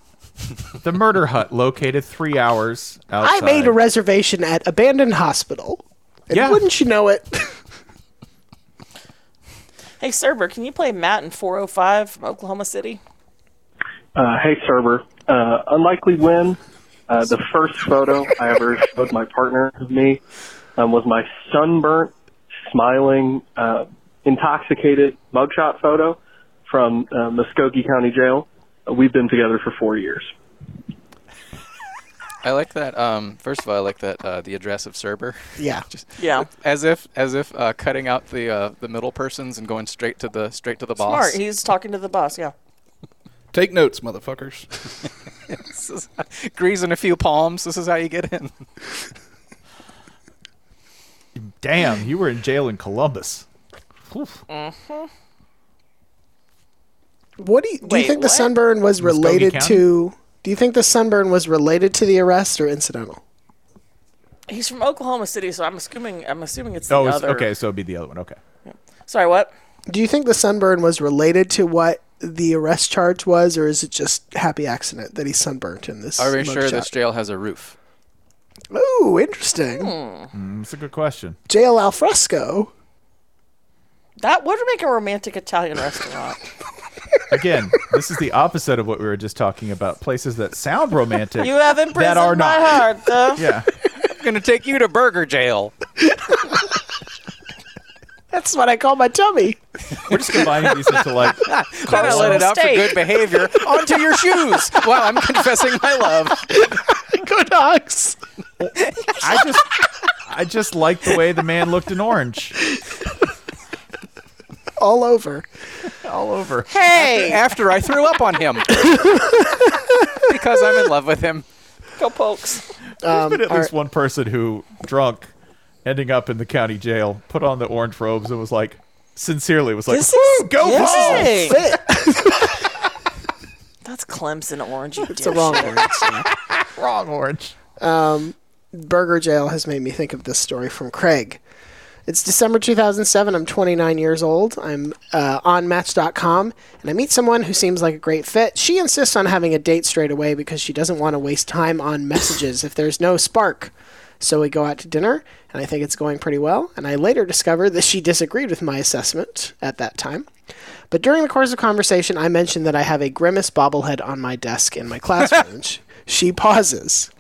the murder hut, located three hours outside. I made a reservation at Abandoned Hospital. And Yeah. wouldn't you know it? Hey, Cerber, can you play Matt in 405 from Oklahoma City? Uh, hey, server. Uh, unlikely win. Uh, the first photo I ever showed my partner of me um, was my sunburnt, smiling, uh, intoxicated mugshot photo from uh, Muskogee County Jail. Uh, We've been together for four years. I like that. Um, first of all, I like that uh, the address of Cerber. Yeah. Just- Yeah. As if as if uh, cutting out the uh, the middle persons and going straight to the straight to the boss. Smart. He's talking to the boss, yeah. Take notes, motherfuckers. This is- greasing a few palms. This is how you get in. Damn, you were in jail in Columbus. Mm-hmm. What do you, do Wait, you think what? the sunburn was Muskogee related County? to? Do you think the sunburn was related to the arrest or incidental? He's from Oklahoma City, so I'm assuming I'm assuming it's the Oh, it's, other. okay. So it'd be the other one. Okay. Sorry, what? Do you think the sunburn was related to what the arrest charge was, or is it just happy accident that he sunburnt in this? Are we sure mugshot? this jail has a roof? Ooh, interesting. Mm, that's a good question. Jail alfresco. That would make a romantic Italian restaurant. Again, this is the opposite of what we were just talking about. Places that sound romantic. you have that imprisoned are my not. heart, though. Yeah. I'm gonna take you to burger jail. That's what I call my tummy. We're just combining these into like. Then I let it out for good behavior onto your shoes. Wow, I'm confessing my love. good hugs. I just, I just like the way the man looked in orange. All over. All over. Hey! After, after I threw up on him. because I'm in love with him. Go pokes. There's been at all least right. one person who drunk, ending up in the county jail, put on the orange robes and was like, sincerely was like, This "Woo, is- go Oh, this is Vols!" fit. That's Clemson orange. You It's the wrong dipshit. orange. yeah. wrong orange. Um, Burger Jail has made me think of this story from Craig. It's December 2007. I'm 29 years old. I'm uh, on Match.com, and I meet someone who seems like a great fit. She insists on having a date straight away because she doesn't want to waste time on messages if there's no spark. So we go out to dinner, and I think it's going pretty well. And I later discover that she disagreed with my assessment at that time. But during the course of conversation, I mentioned that I have a Grimace bobblehead on my desk in my classroom. and sh- she pauses.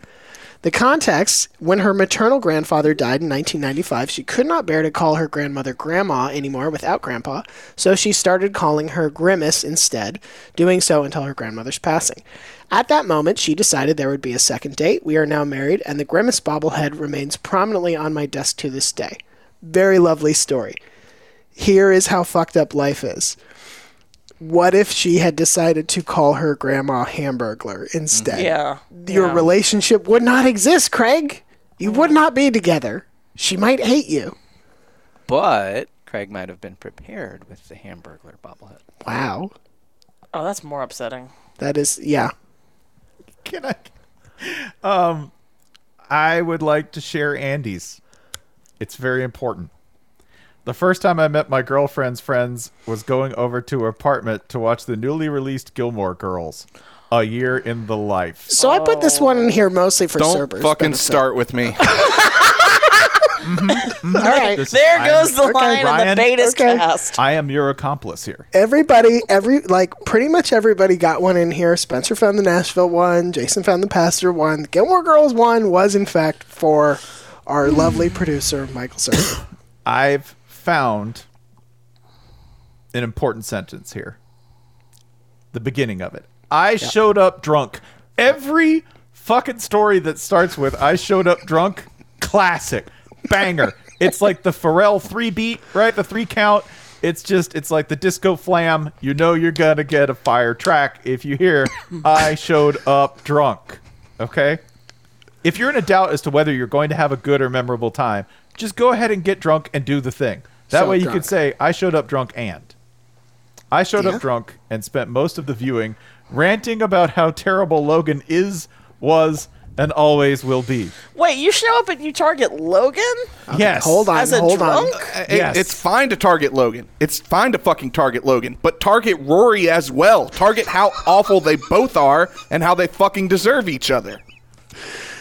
The context when her maternal grandfather died in 1995, she could not bear to call her grandmother Grandma anymore without Grandpa, so she started calling her Grimace instead, doing so until her grandmother's passing. At that moment, she decided there would be a second date. We are now married, and the Grimace bobblehead remains prominently on my desk to this day. Very lovely story. Here is how fucked up life is. What if she had decided to call her grandma Hamburglar instead? Yeah. your Yeah. relationship would not exist, Craig. You would not be together. She might hate you. But Craig might have been prepared with the Hamburglar bobblehead. Wow. Oh, that's more upsetting. That is, yeah. Can I? Um, I would like to share Andy's. It's very important. The first time I met my girlfriend's friends was going over to her apartment to watch the newly released Gilmore Girls, A Year in the Life. So I put this one in here mostly for Don't Cerberus. fucking benefit. start with me. All right. This is- There I'm- goes the line in the Ryan, beta's Okay. cast. I am your accomplice here. Everybody, every like pretty much everybody got one in here. Spencer found the Nashville one. Jason found the Pastor one. The Gilmore Girls one was in fact for our lovely producer Michael Serber. I've found an important sentence here. The beginning of it. I showed up drunk. Every fucking story that starts with I showed up drunk, classic. Banger. it's like the Pharrell three beat, right? The three count. It's just, it's like the disco flam. You know you're going to get a fire track if you hear I showed up drunk. Okay? if you're in a doubt as to whether you're going to have a good or memorable time, just go ahead and get drunk and do the thing. That So way you drunk. could say, I showed up drunk and. I showed Yeah. up drunk and spent most of the viewing ranting about how terrible Logan is, was, and always will be. Wait, you show up and you target Logan? yes. As a drunk? It- It's fine to target Logan. It's fine to fucking target Logan, but target Rory as well. Target how awful they both are and how they fucking deserve each other.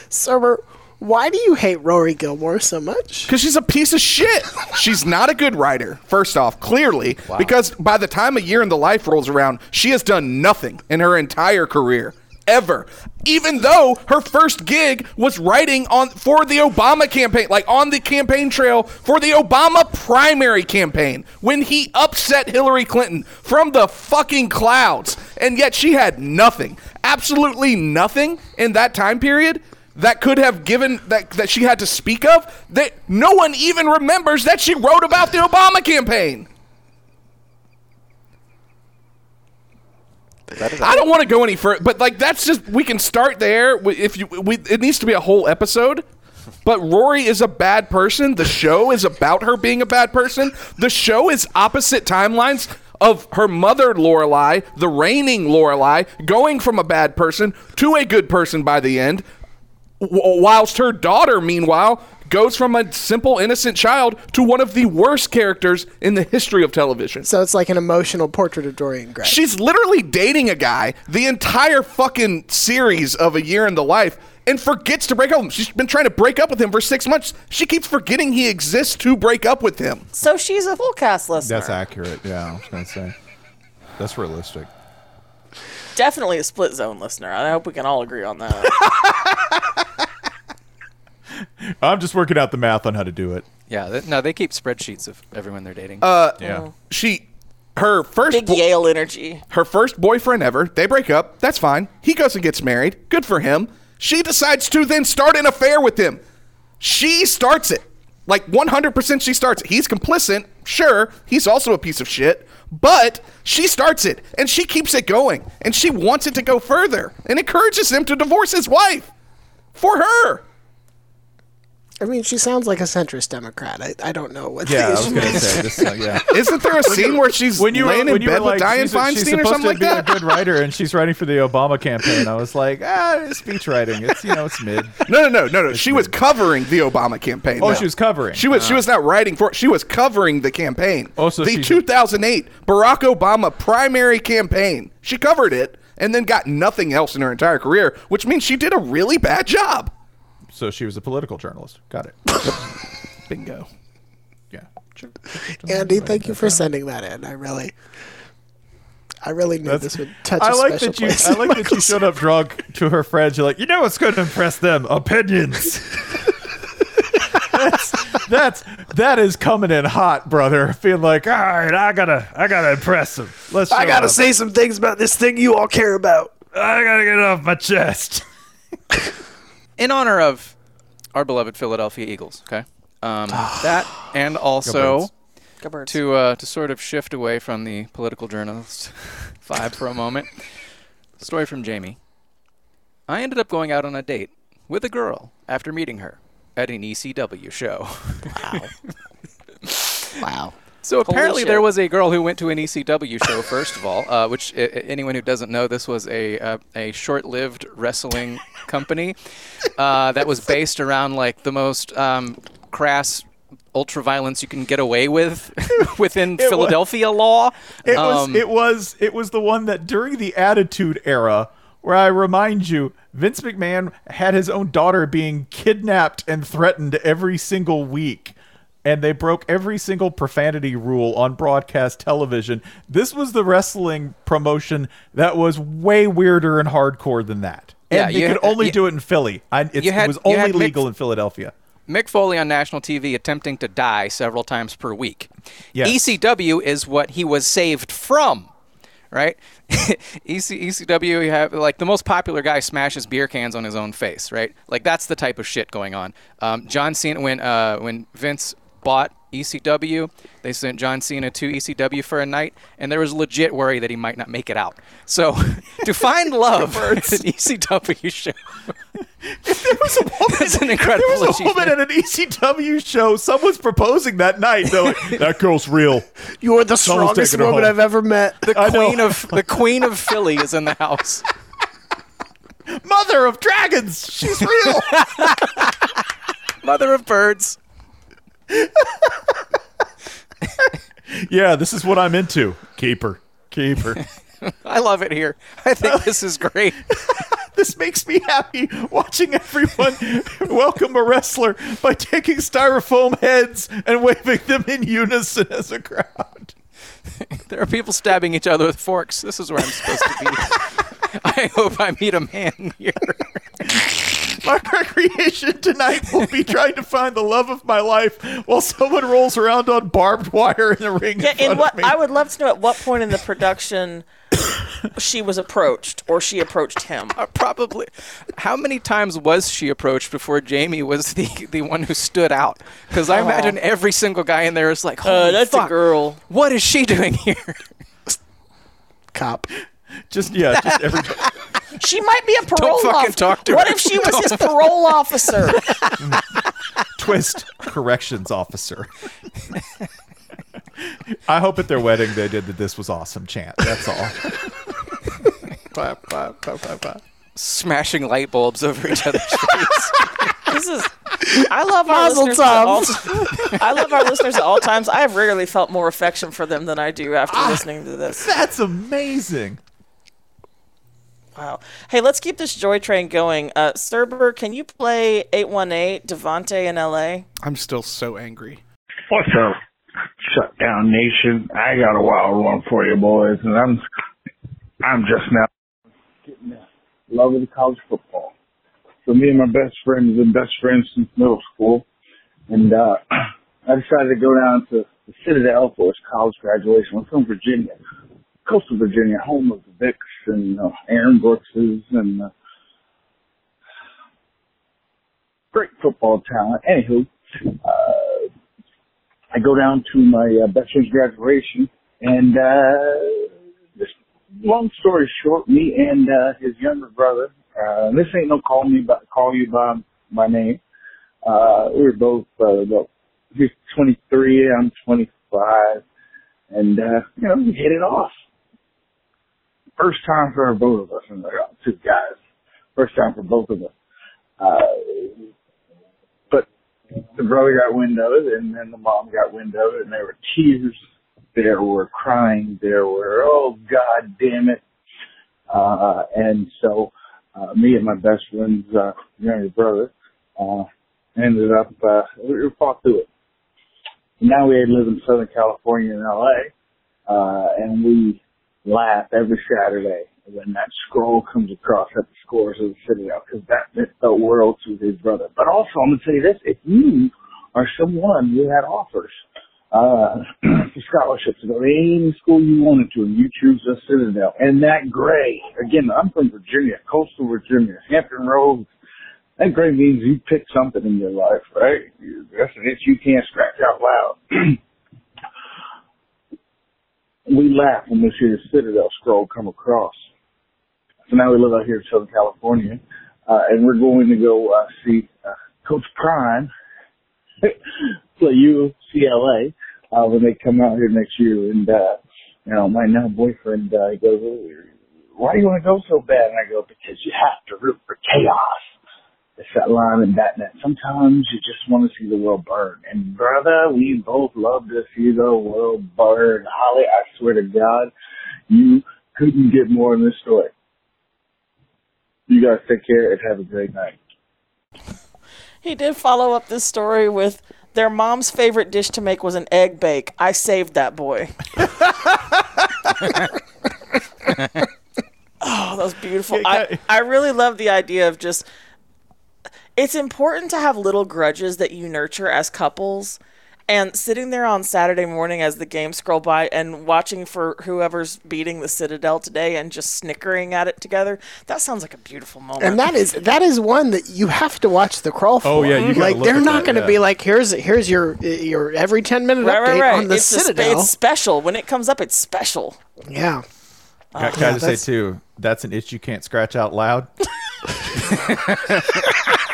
Serber, why do you hate Rory Gilmore so much? Because she's a piece of shit. She's not a good writer, first off, clearly. Because by the time a year in the life rolls around, she has done nothing in her entire career. Ever. Even though her first gig was writing on for the Obama campaign, like on the campaign trail for the Obama primary campaign, when he upset Hillary Clinton from the fucking clouds. And yet she had nothing. Absolutely nothing in that time period that could have given that that she had to speak of that no one even remembers that she wrote about the Obama campaign. I don't want to go any further, but like that's just we can start there. We- If you, we, it needs to be a whole episode. But Rory is a bad person. The show is about her being a bad person. The show is opposite timelines of her mother Lorelai, the reigning Lorelai, going from a bad person to a good person by the end. W- whilst her daughter, meanwhile, goes from a simple innocent child to one of the worst characters in the history of television. So it's like an emotional portrait of Dorian Gray. She's literally dating a guy the entire fucking series of A Year in the Life and forgets to break up with him. She's been trying to break up with him for six months. She keeps forgetting he exists to break up with him. So she's a full cast listener. That's accurate. Yeah, I was going to say. That's realistic. Definitely a split zone listener. I hope we can all agree on that. I'm just working out the math on how to do it. Yeah, th- no, they keep spreadsheets of everyone they're dating. Uh, Oh. She, her first Big Yale energy. Her first boyfriend ever. They break up. That's fine. He goes and gets married. Good for him. She decides to then start an affair with him. She starts it. Like 100% she starts it. He's complicit. Sure. He's also a piece of shit. But she starts it and she keeps it going and she wants it to go further and encourages him to divorce his wife for her. I mean, she sounds like a centrist Democrat. I, I don't know what. Yeah, I the was issue gonna is. say, this- yeah. Isn't there a scene where she's laying in bed with Diane she's, she's Feinstein or supposed something to like be that? a good writer, and she's writing for the Obama campaign. I was like, ah, speech writing. It's you know, it's mid. No, no, no, no, no. She was covering the Obama campaign. Oh, though. she was covering. She was. She Ah. was not writing for. it. She was covering the campaign. Oh, so the she's- 2008 Barack Obama primary campaign. She covered it and then got nothing else in her entire career, which means she did a really bad job. So she was a political journalist. Got it. Bingo. Yeah. Andy, thank you for sending that in. I really, I really knew this would touch. I a like special that you. place I in like that you Michael's- showed up drunk to her friends. You're like, you know what's going to impress them? Opinions. that's that's that is coming in hot, brother. Feeling like, all right, I gotta, I gotta impress them. Let's. I show gotta them." say some things about this thing you all care about. I gotta get it off my chest. in honor of our beloved Philadelphia Eagles. Okay, um, that and also Birds. Go Birds. to uh, to sort of shift away from the political journalist vibe for a moment. Story from Jamie. I ended up going out on a date with a girl after meeting her at an ECW show. Wow. wow. So Holy apparently shit. there was a girl who went to an ECW show first of all, uh, which I- I- anyone who doesn't know, this was a uh, a short-lived wrestling company uh, that was based around like the most um, crass ultra violence you can get away with within It wa- Philadelphia law. It Um, was it was it was the one that during the Attitude Era, where I remind you, Vince McMahon had his own daughter being kidnapped and threatened every single week. And they broke every single profanity rule on broadcast television. This was the wrestling promotion that was way weirder and hardcore than that. Yeah, And you- you could only you- do it in Philly. I, it's, you had- it was you only had Mick- legal in Philadelphia. Mick Foley on national TV attempting to die several times per week. Yes. ECW is what he was saved from, right? E EC, ECW, you have like the most popular guy smashes beer cans on his own face, right? Like that's the type of shit going on. Um, John Cena, when uh, when Vince bought ECW, they sent John Cena to ECW for a night, and there was legit worry that he might not make it out. So to find love at an ECW show There was a woman. an incredible There was a woman at an ECW show. Someone's proposing that night. They're like, that girl's real. You're the Someone's strongest taking her woman home. I've ever met. The queen of the queen of Philly is in the house. Mother of dragons. She's real. Mother of birds. yeah, this is what I'm into. Keeper. Keeper. I love it here. I think this is great. this makes me happy watching everyone welcome a wrestler by taking styrofoam heads and waving them in unison as a crowd. There are people stabbing each other with forks. This is where I'm supposed to be. I hope I meet a man here. My recreation tonight will be trying to find the love of my life while someone rolls around on barbed wire in the ring. Yeah, in in front of what me. I would love to know at what point in the production she was approached or she approached him. Uh, Probably. How many times was she approached before Jamie was the, the one who stood out? Because I Uh-huh. imagine every single guy in there is like, Uh, "Holy that's a fuck, girl." What is she doing here?" Cop. Just yeah, just every She might be a parole fucking officer. talk to what her. if she was his Don't- parole officer? twist corrections officer. I hope at their wedding they did the "This was awesome" chant. That's all. clap, clap, clap, clap, clap. Smashing light bulbs over each other's face. This is. I love our Mazel listeners at all. tov. I love our listeners at all times. I have rarely felt more affection for them than I do after listening to this. That's amazing. Wow. Hey, let's keep this joy train going. Uh, Cerber, can you play 818 Devante in LA? I'm still so angry. What's up, Shutdown Nation? I got a wild one for you, boys, and I'm I'm just now getting the love of the college football. So me and my best friend have been best friends since middle school, and uh, I decided to go down to the Citadel for his college graduation. I'm from Virginia, coastal Virginia, home of the Vicks and uh, Aaron Brookses and uh, great football talent. Anywho, uh, I go down to my uh, best friend's graduation, and uh, just long story short, me and uh, his younger brother. Uh, this ain't no call me by, call you by my name. Uh, we were both uh, about he's 23, I'm 25, and uh, you know we hit it off. First time for both of us, and there are two guys. First time for both of us. Uh, but the brother got windowed, and then the mom got windowed, and there were tears, there were crying, there were oh god damn it, uh, and so uh, me and my best friend's uh, younger brother uh, ended up uh, we we fought through it. Now we live in Southern California in L.A. Uh, and we laugh every Saturday when that scroll comes across at the scores of the Citadel because that meant the world to his brother. But also, I'm going to say this: if you are someone who had offers uh, for scholarships to go to any school you wanted to, and you choose the Citadel, and that gray again, I'm from Virginia, coastal Virginia, Hampton Roads. That gray means you pick something in your life, right? You- That's an itch you can't scratch out loud. we laugh when we see the Citadel scroll come across. So now we live out here in Southern California, uh, and we're going to go uh, see uh, Coach Prime play UCLA uh, when they come out here next year. And uh, you know, my now boyfriend uh, he goes, "Oh, "Why do you want to go so bad?" And I go, "Because you have to root for chaos." It's that line in Batman. Sometimes you just want to see the world burn. And brother, we both love to see the world burn. Holly, I swear to God, you couldn't get more in this story. You guys take care and have a great night. He did follow up this story with their mom's favorite dish to make was an egg bake. I saved that boy. oh, that was beautiful. I, I really love the idea of just it's important to have little grudges that you nurture as couples. And sitting there on Saturday morning as the games scroll by and watching for whoever's beating the Citadel today and just snickering at it together, that sounds like a beautiful moment. And that is that is one that you have to watch the crawl for. Oh, yeah, you gotta like look they're at not that, going to yeah. be like here's here's your your every ten minute right, update right, right. on the it's, a sp- Citadel. it's special. When it comes up, it's special. yeah. Got, got to say too, that's an itch you can't scratch out loud.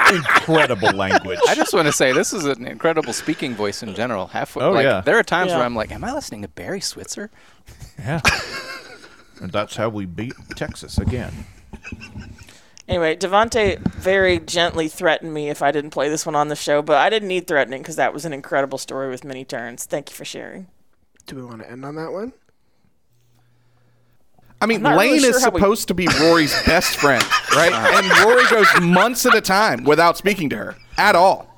Incredible language. I just want to say this is an incredible speaking voice in general. Halfway, Oh, like, yeah. There are times Yeah. where I'm like, am I listening to Barry Switzer? Yeah. and that's how we beat Texas again. Anyway, Devante very gently threatened me if I didn't play this one on the show, but I didn't need threatening because that was an incredible story with many turns. Thank you for sharing. Do we want to end on that one? I mean, I'm not Lane really sure is how we- supposed to be Uh-huh. Rory's best friend, right? and Rory goes months at a time without speaking to her at all.